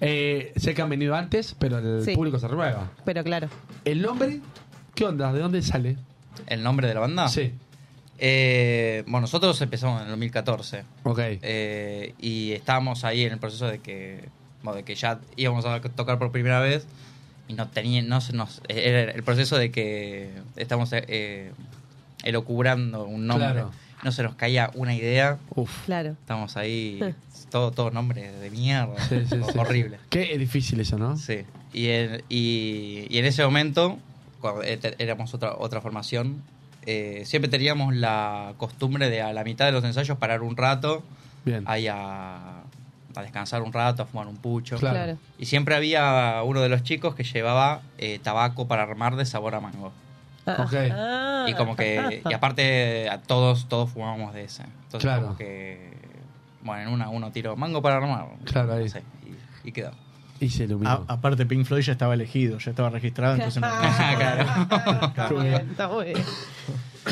Eh, sé que han venido antes, pero el
Sí.
público se renueva.
Pero claro.
¿El nombre? ¿Qué onda? ¿De dónde sale?
¿El nombre de la banda?
Sí.
Eh, bueno, nosotros empezamos en el 2014.
Ok.
Eh, y estábamos ahí en el proceso de que, bueno, de que ya íbamos a tocar por primera vez y no tenía, no se nos, era el proceso de que estamos eh, elocubrando un nombre,
Claro.
no se nos caía una idea.
Claro.
Estamos ahí, todo, todo nombre de mierda,
Sí, sí, sí.
horrible.
Qué difícil eso, ¿no?
Sí. Y en, y, y en ese momento, cuando e- te- éramos otra, otra formación, eh, siempre teníamos la costumbre de a la mitad de los ensayos parar un rato,
Bien.
ahí a, a descansar un rato, a fumar un pucho.
Claro. Claro.
Y siempre había uno de los chicos que llevaba eh, tabaco para armar de sabor a mango.
Ok.
Y como que, y aparte a todos, todos fumábamos de ese. Entonces
Claro.
como que, bueno, en una uno tiró mango para armar.
Claro, ahí.
No sé, y, y quedó.
Y se iluminó.
A- aparte, Pink Floyd ya estaba elegido, ya estaba registrado, entonces no.
Claro.
Está muy bien, está muy bien.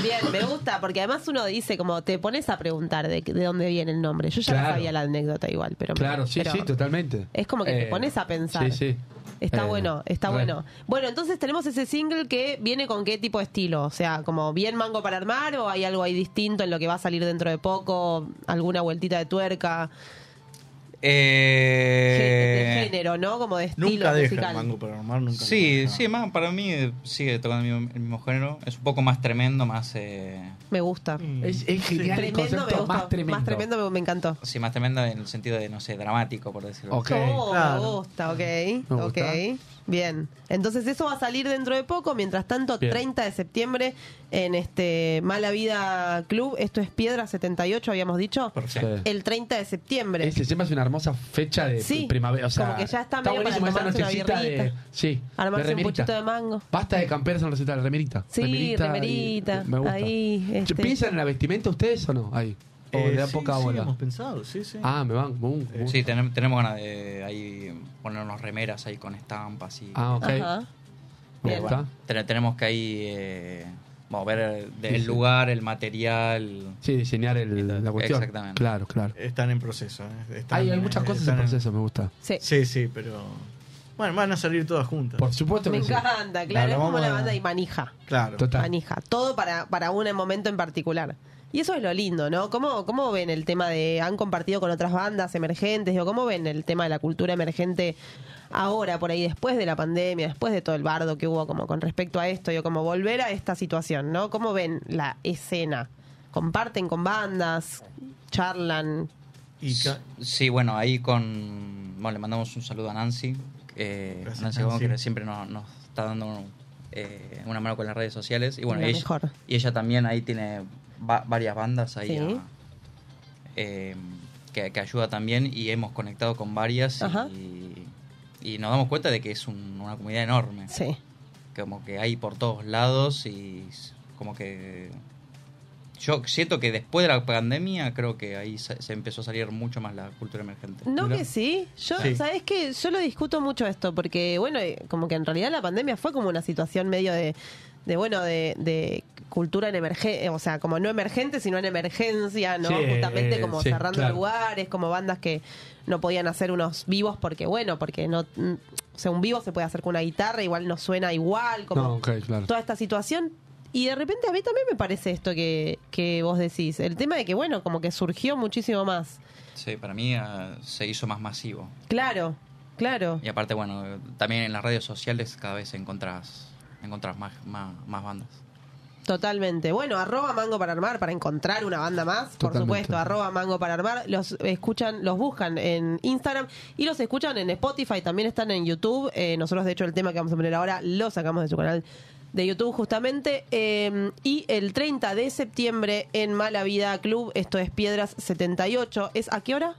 Bien, me gusta, porque además uno dice, como te pones a preguntar de, de dónde viene el nombre. Yo ya
Claro.
sabía la anécdota igual, pero...
Claro, sí,
pero
sí, totalmente.
Es como que te
Eh,
pones a pensar.
Sí, sí.
Está
Eh,
bueno, está
re.
bueno. Bueno, entonces tenemos ese single que viene con qué tipo de estilo, o sea, como bien mango para armar o hay algo ahí distinto en lo que va a salir dentro de poco, alguna vueltita de tuerca,
Eh,
de género, ¿no? Como de estilo
Nunca deja
musical.
el mango para armar, nunca.
Sí, sí, más para mí eh, sigue tocando el mismo, el mismo género. Es un poco más tremendo, más. Eh,
Me gusta.
Es, es genial
Tremendo
el
me
concepto,
gustó,
más tremendo.
Más tremendo me, me encantó.
sí, más tremendo en el sentido de, no sé, dramático, por decirlo
Ok.
Oh,
Claro.
Me gusta, ok.
gusta.
ok. Bien. Entonces eso va a salir dentro de poco. Mientras tanto,
Bien.
30 de septiembre en este Mala Vida Club. Esto es Piedra 78, habíamos dicho.
Perfecto.
El 30 de septiembre.
Ese siempre es una hermosa fecha de
Sí,
primavera. O sea,
como que ya está
está
medio para
buenísimo esa
tomarse una
nochecita de.
birrita.
Sí,
Armarse
de
un
remerita.
poquito de mango.
Basta de camperas en los recitales, remerita.
Sí,
remerita. y-
remerita,
me gusta.
ahí,
Che,
este.
¿Piensan en la vestimenta ustedes o no? Ahí. O
Eh,
le dan
sí,
poca
sí,
bola.
hemos pensado, sí, sí.
Ah, me van. boom, boom.
Sí, tenemos, tenemos ganas de ahí ponernos remeras ahí con estampas y.
Ah, ok.
Ajá.
Me
Pero
gusta.
bueno, ten- tenemos que ahí. Eh, bueno, ver el,
Sí,
el
sí.
lugar, el material.
Sí, diseñar el, la cuestión.
Exactamente.
Claro, claro.
Están en proceso. eh, están-
hay, hay muchas cosas en
están
proceso, me gusta.
Sí.
Sí, sí, pero. Bueno, van a salir todas juntas.
Por supuesto
Me
que sí.
encanta,
La-
claro. es
la
como
vamos
la
a-
banda y manija.
Claro.
Manija. Todo para, para un momento en particular. Y eso es lo lindo, ¿no? ¿Cómo, ¿Cómo ven el tema de. han compartido con otras bandas emergentes? Digo, ¿Cómo ven el tema de la cultura emergente ahora, por ahí, después de la pandemia, después de todo el bardo que hubo como con respecto a esto? Digo, como volver a esta situación, ¿no? ¿Cómo ven la escena? ¿Comparten con bandas? ¿Charlan?
S- Sí, bueno, ahí con. Bueno, le mandamos un saludo a Nancy. eh,
Gracias,
Nancy Gómez,
Nancy.
que siempre nos, nos está dando eh, una mano con las redes sociales. Y bueno,
La
ella,
mejor.
y ella también ahí tiene va- varias bandas ahí
Sí.
a- eh, que, que ayuda también. Y hemos conectado con varias.
Ajá.
Y, y nos damos cuenta de que es un- una comunidad enorme.
Sí.
Como que hay por todos lados y s- como que yo siento que después de la pandemia creo que ahí se, se empezó a salir mucho más la cultura emergente.
No que sí. Yo,
Sí.
¿sabes qué? Yo lo discuto mucho esto, porque, bueno, eh, como que en realidad la pandemia fue como una situación medio de, de bueno, de, de cultura en emergencia, o sea, como no emergente, sino en emergencia, ¿no?
Sí,
Justamente
eh,
como
sí,
cerrando
claro.
lugares, como bandas que no podían hacer unos vivos porque, bueno, porque no... mm, O sea, un vivo se puede hacer con una guitarra, igual no suena igual, como
No, ok, claro.
toda esta situación. Y de repente a mí también me parece esto que, que vos decís. El tema de que, bueno, como que surgió muchísimo más.
Sí, para mí ah, se hizo más masivo.
Claro, claro.
Y aparte, bueno, también en las redes sociales cada vez encontrás, encontrás más, más, más bandas.
Totalmente. Bueno, arroba mango para armar, para encontrar una banda más, por
Totalmente.
supuesto, arroba mango para armar. Los escuchan, los buscan en Instagram y los escuchan en Spotify, también están en YouTube. Eh, nosotros, de hecho, el tema que vamos a poner ahora lo sacamos de su canal de YouTube justamente. Eh, y el 30 de septiembre en Mala Vida Club, esto es Piedras 78. ¿Es a qué hora?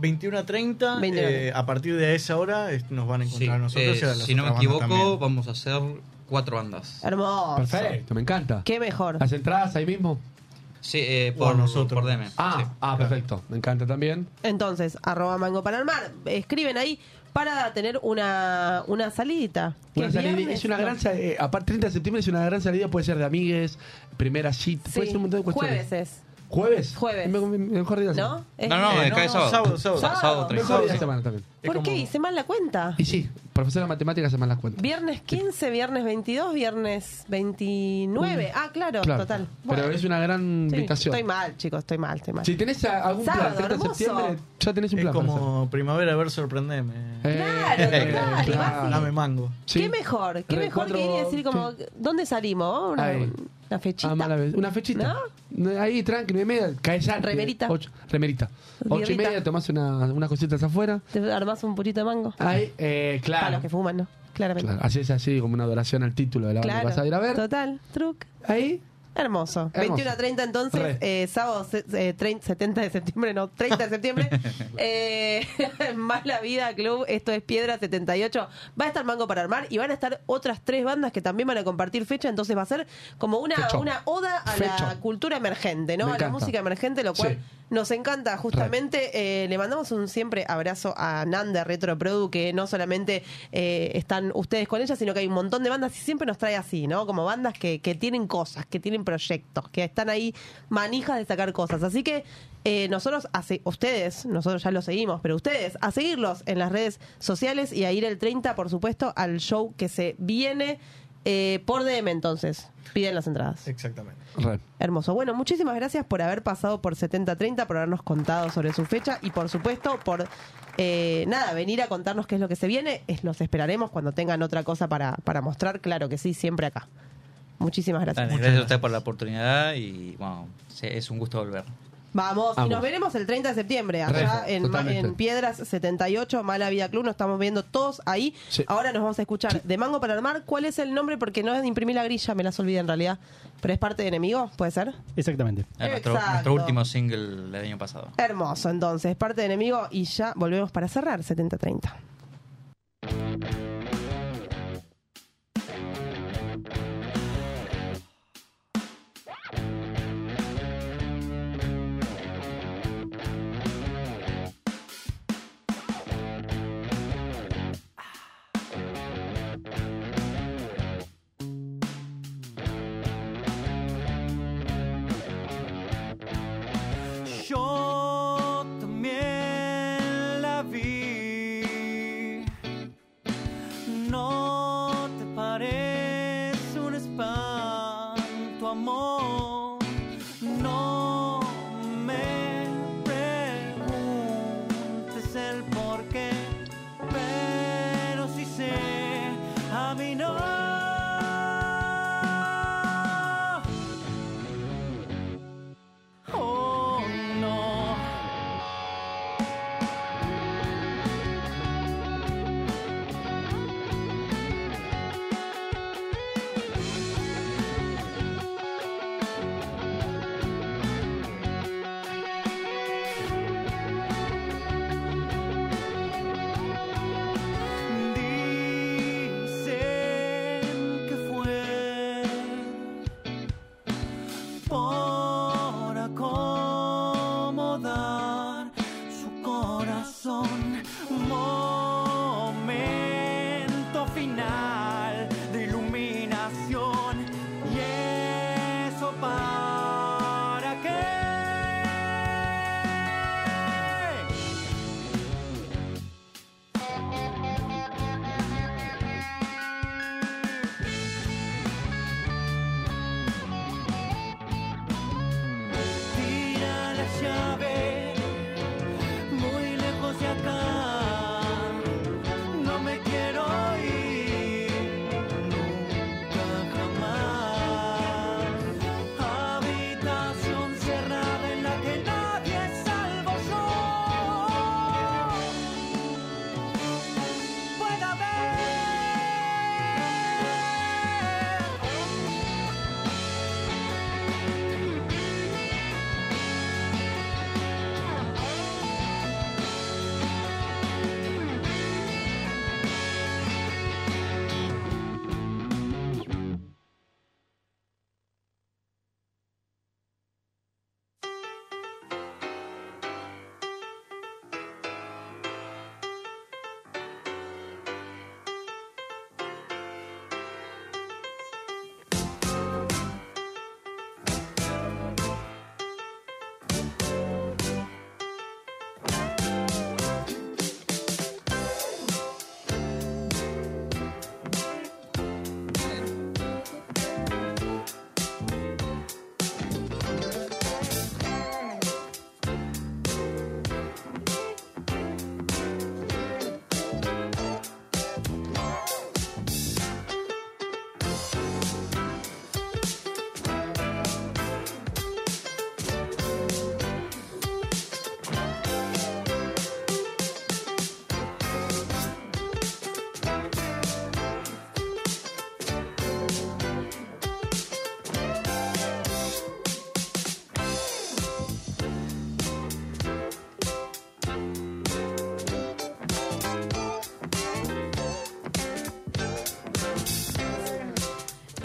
21 a 30,
21 a
eh,
30.
a partir de esa hora eh, nos van a
Sí,
encontrar a nosotros.
eh,
y a las
si no me
otras bandas
equivoco,
también.
vamos a hacer cuatro bandas.
Hermoso.
Perfecto, me encanta.
Qué mejor.
¿Las entradas ahí mismo?
Sí, eh, por nosotros. Por DM.
Ah,
Sí.
ah perfecto. Me encanta también.
Entonces, arroba mango para armar, escriben ahí para tener una, una salidita.
Una
¿Qué,
salida-
viernes?
es una gran
No.
sa- eh, aparte 30 de septiembre es una gran salida, puede ser de amigues, primera cita,
Sí,
puede ser un montón de cuestiones.
Jueves es.
¿Jueves?
Jueves.
Me- me- Mejor día de la
¿No?
semana.
Es- No, no,
eh, cae sábado.
sábado,
Sábado,
sábado.
sábado, treinta.
Mejor día
Sábado.
de la semana también.
¿Por qué hice mal la cuenta?
Y sí, profesora de matemáticas se me las cuentas.
Viernes 15, viernes 22, viernes 29. Ah, claro,
Mm. Claro.
total.
Pero
Bueno,
es una gran
sí,
invitación.
Estoy mal, chicos, estoy mal, estoy mal.
Si tenés a- algún plan,
Sábado,
30 de
hermoso.
septiembre, eh, ya tenés un
Es
plan. para hacer.
como primavera, a ver, sorprendeme.
Claro,
Eh, total, claro.
Dame mango.
Qué mejor, qué
Re-
mejor que ir y
cuatro-
decir como, ¿dónde salimos? Vamos a
Ahí.
Una, una fechita.
Ah, mala vez. Una fechita. Ahí, tranqui, nueve y media, caes antes.
Remerita.
Ocho, remerita. Ocho y
Birrita.
media, tomás una, unas cositas afuera.
Te armás un purito de mango.
Ahí, eh, claro.
Para los que fuman, ¿no? Claramente.
Claro, así es así, como una adoración al título de la banda
Claro.
que vas a ir a ver.
Total, truc.
Ahí.
Hermoso.
Hermoso.
21 a 30 entonces, eh, sábado se- eh, trein- 70 de septiembre, no, 30 de septiembre. eh, Mala Vida Club, esto es Piedra 78. Va a estar Mango para Armar y van a estar otras tres bandas que también van a compartir fecha, entonces va a ser como una,
Fecho.
una oda a la
Fecho.
cultura emergente, ¿no?
Me
a la
encanta.
música emergente, lo cual
Sí.
nos encanta justamente. Eh, le mandamos un siempre abrazo a Nanda Retro Produ, que no solamente eh, están ustedes con ella, sino que hay un montón de bandas y siempre nos trae así, ¿no? Como bandas que, que tienen cosas, que tienen proyectos, que están ahí manijas de sacar cosas. Así que eh, nosotros, a se- ustedes, nosotros ya los seguimos, pero ustedes, a seguirlos en las redes sociales y a ir el 30, por supuesto, al show que se viene eh, por DM entonces. Piden las entradas.
Exactamente.
Re.
Hermoso. Bueno, muchísimas gracias por haber pasado por 7030, por habernos contado sobre su fecha y por supuesto por eh, nada, venir a contarnos qué es lo que se viene. Es- los esperaremos cuando tengan otra cosa para, para mostrar. Claro que sí, siempre acá. Muchísimas gracias.
Dale, gracias, a usted por la oportunidad y bueno, se- es un gusto volver.
Vamos, y
Vamos.
nos veremos el 30 de septiembre allá
Rezo,
en, Ma-
totalmente.
en Piedras 78, Mala Vida Club. Nos estamos viendo todos ahí. Ahora nos vamos a escuchar de Mango para Armar. ¿Cuál es el nombre? Porque no imprimí la grilla, me las olvidé en realidad. Pero es parte de enemigo, ¿puede ser?
Exactamente.
Eh, Nuestro,
Exacto.
nuestro último single del año pasado.
Hermoso, entonces, parte de enemigo y ya volvemos para cerrar 70-30.
Yo también la vi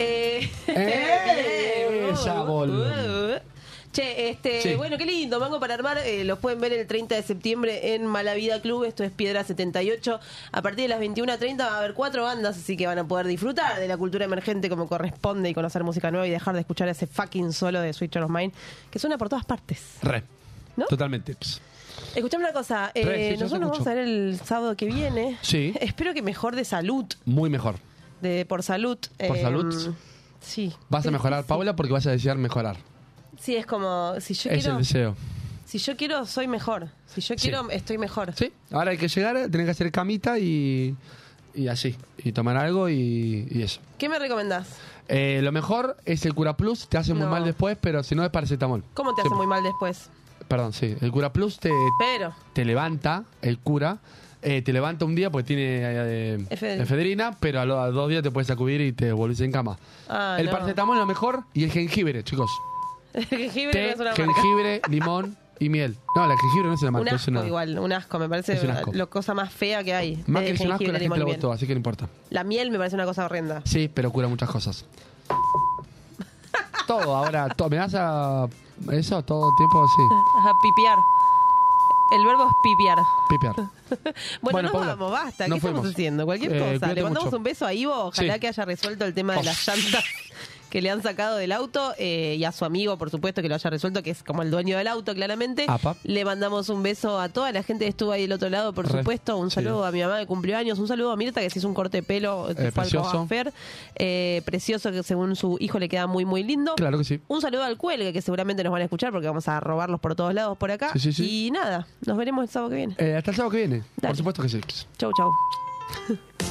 Eh.
Eh,
¿viste?
Esa, boludo.
Uh, Che, este,
Sí.
bueno, qué lindo, Mango para Armar, eh, los pueden ver el 30 de septiembre en Malavida Club, esto es Piedra 78, a partir de las 21.30 va a haber cuatro bandas, así que van a poder disfrutar de la cultura emergente como corresponde y conocer música nueva y dejar de escuchar ese fucking solo de Switch of Mind, que suena por todas partes.
Re.
¿No?
Totalmente. Ps.
Escuchame una cosa, eh,
Re, sí, yo te
nosotros nos vamos
escucho.
a ver el sábado que viene.
Sí.
Espero que mejor de salud,
Muy mejor.
de por salud.
¿Por
eh,
salud?
Sí.
Vas
Sí,
a mejorar, Paula, porque vas a desear mejorar.
Sí, es como, si yo
es
quiero...
el deseo.
Si yo quiero, soy mejor. Si yo
Sí.
quiero, estoy mejor.
Sí. Ahora hay que llegar, tenés que hacer camita y, y así. Y tomar algo y, y eso.
¿Qué me recomendás?
Eh, lo mejor es el Cura Plus, te hace muy
No.
mal después, pero si no es paracetamol.
¿Cómo te hace
Siempre.
muy mal después?
Perdón, sí. El Cura Plus te,
Pero,
te levanta, el cura, eh, te levanta un día porque tiene eh,
Efedrina.
efedrina. pero a los a dos días te puedes sacudir y te volvés en cama.
Ah,
el
no.
paracetamol es lo mejor y el jengibre, chicos.
el jengibre no
Té,
es una marca.
jengibre, limón y miel. No, la jengibre no es una
Un
marca, es
asco
una...
igual, un asco. Me parece
Es un asco.
la cosa más fea que hay.
Más
Eh,
que es un asco,
jengibre,
la gente
limón y
lo
miel.
votó, así que no importa.
La miel me parece una cosa horrenda.
Sí, pero cura muchas cosas. todo, ahora, to- ¿me das a eso todo el tiempo? Sí.
Ajá, pipiar. El verbo es pipiar.
Pipear.
Bueno,
Bueno,
nos
Paula,
vamos, basta. ¿Qué
nos
estamos
fuimos.
haciendo? Cualquier
Eh,
cosa.
cuídate
Le mandamos
mucho.
un beso a Ivo. Ojalá
Sí.
que haya resuelto el tema de las llantas que le han sacado del auto. eh, y a su amigo, por supuesto, que lo haya resuelto, que es como el dueño del auto, claramente.
Apa.
Le mandamos un beso a toda la gente que estuvo ahí del otro lado, por
Re.
supuesto. Un
Sí.
saludo a mi mamá de cumpleaños. Un saludo a Mirta, que se hizo un corte de pelo. que
Eh,
fue al
precioso.
coafer. Eh, precioso, que según su hijo le queda muy, muy lindo.
Claro que sí.
Un saludo al Cuelgue, que seguramente nos van a escuchar porque vamos a robarlos por todos lados por acá.
Sí, sí, sí.
Y nada, nos veremos el sábado que viene.
Eh, hasta el sábado que viene.
Dale.
Por supuesto que sí.
Chau, chau.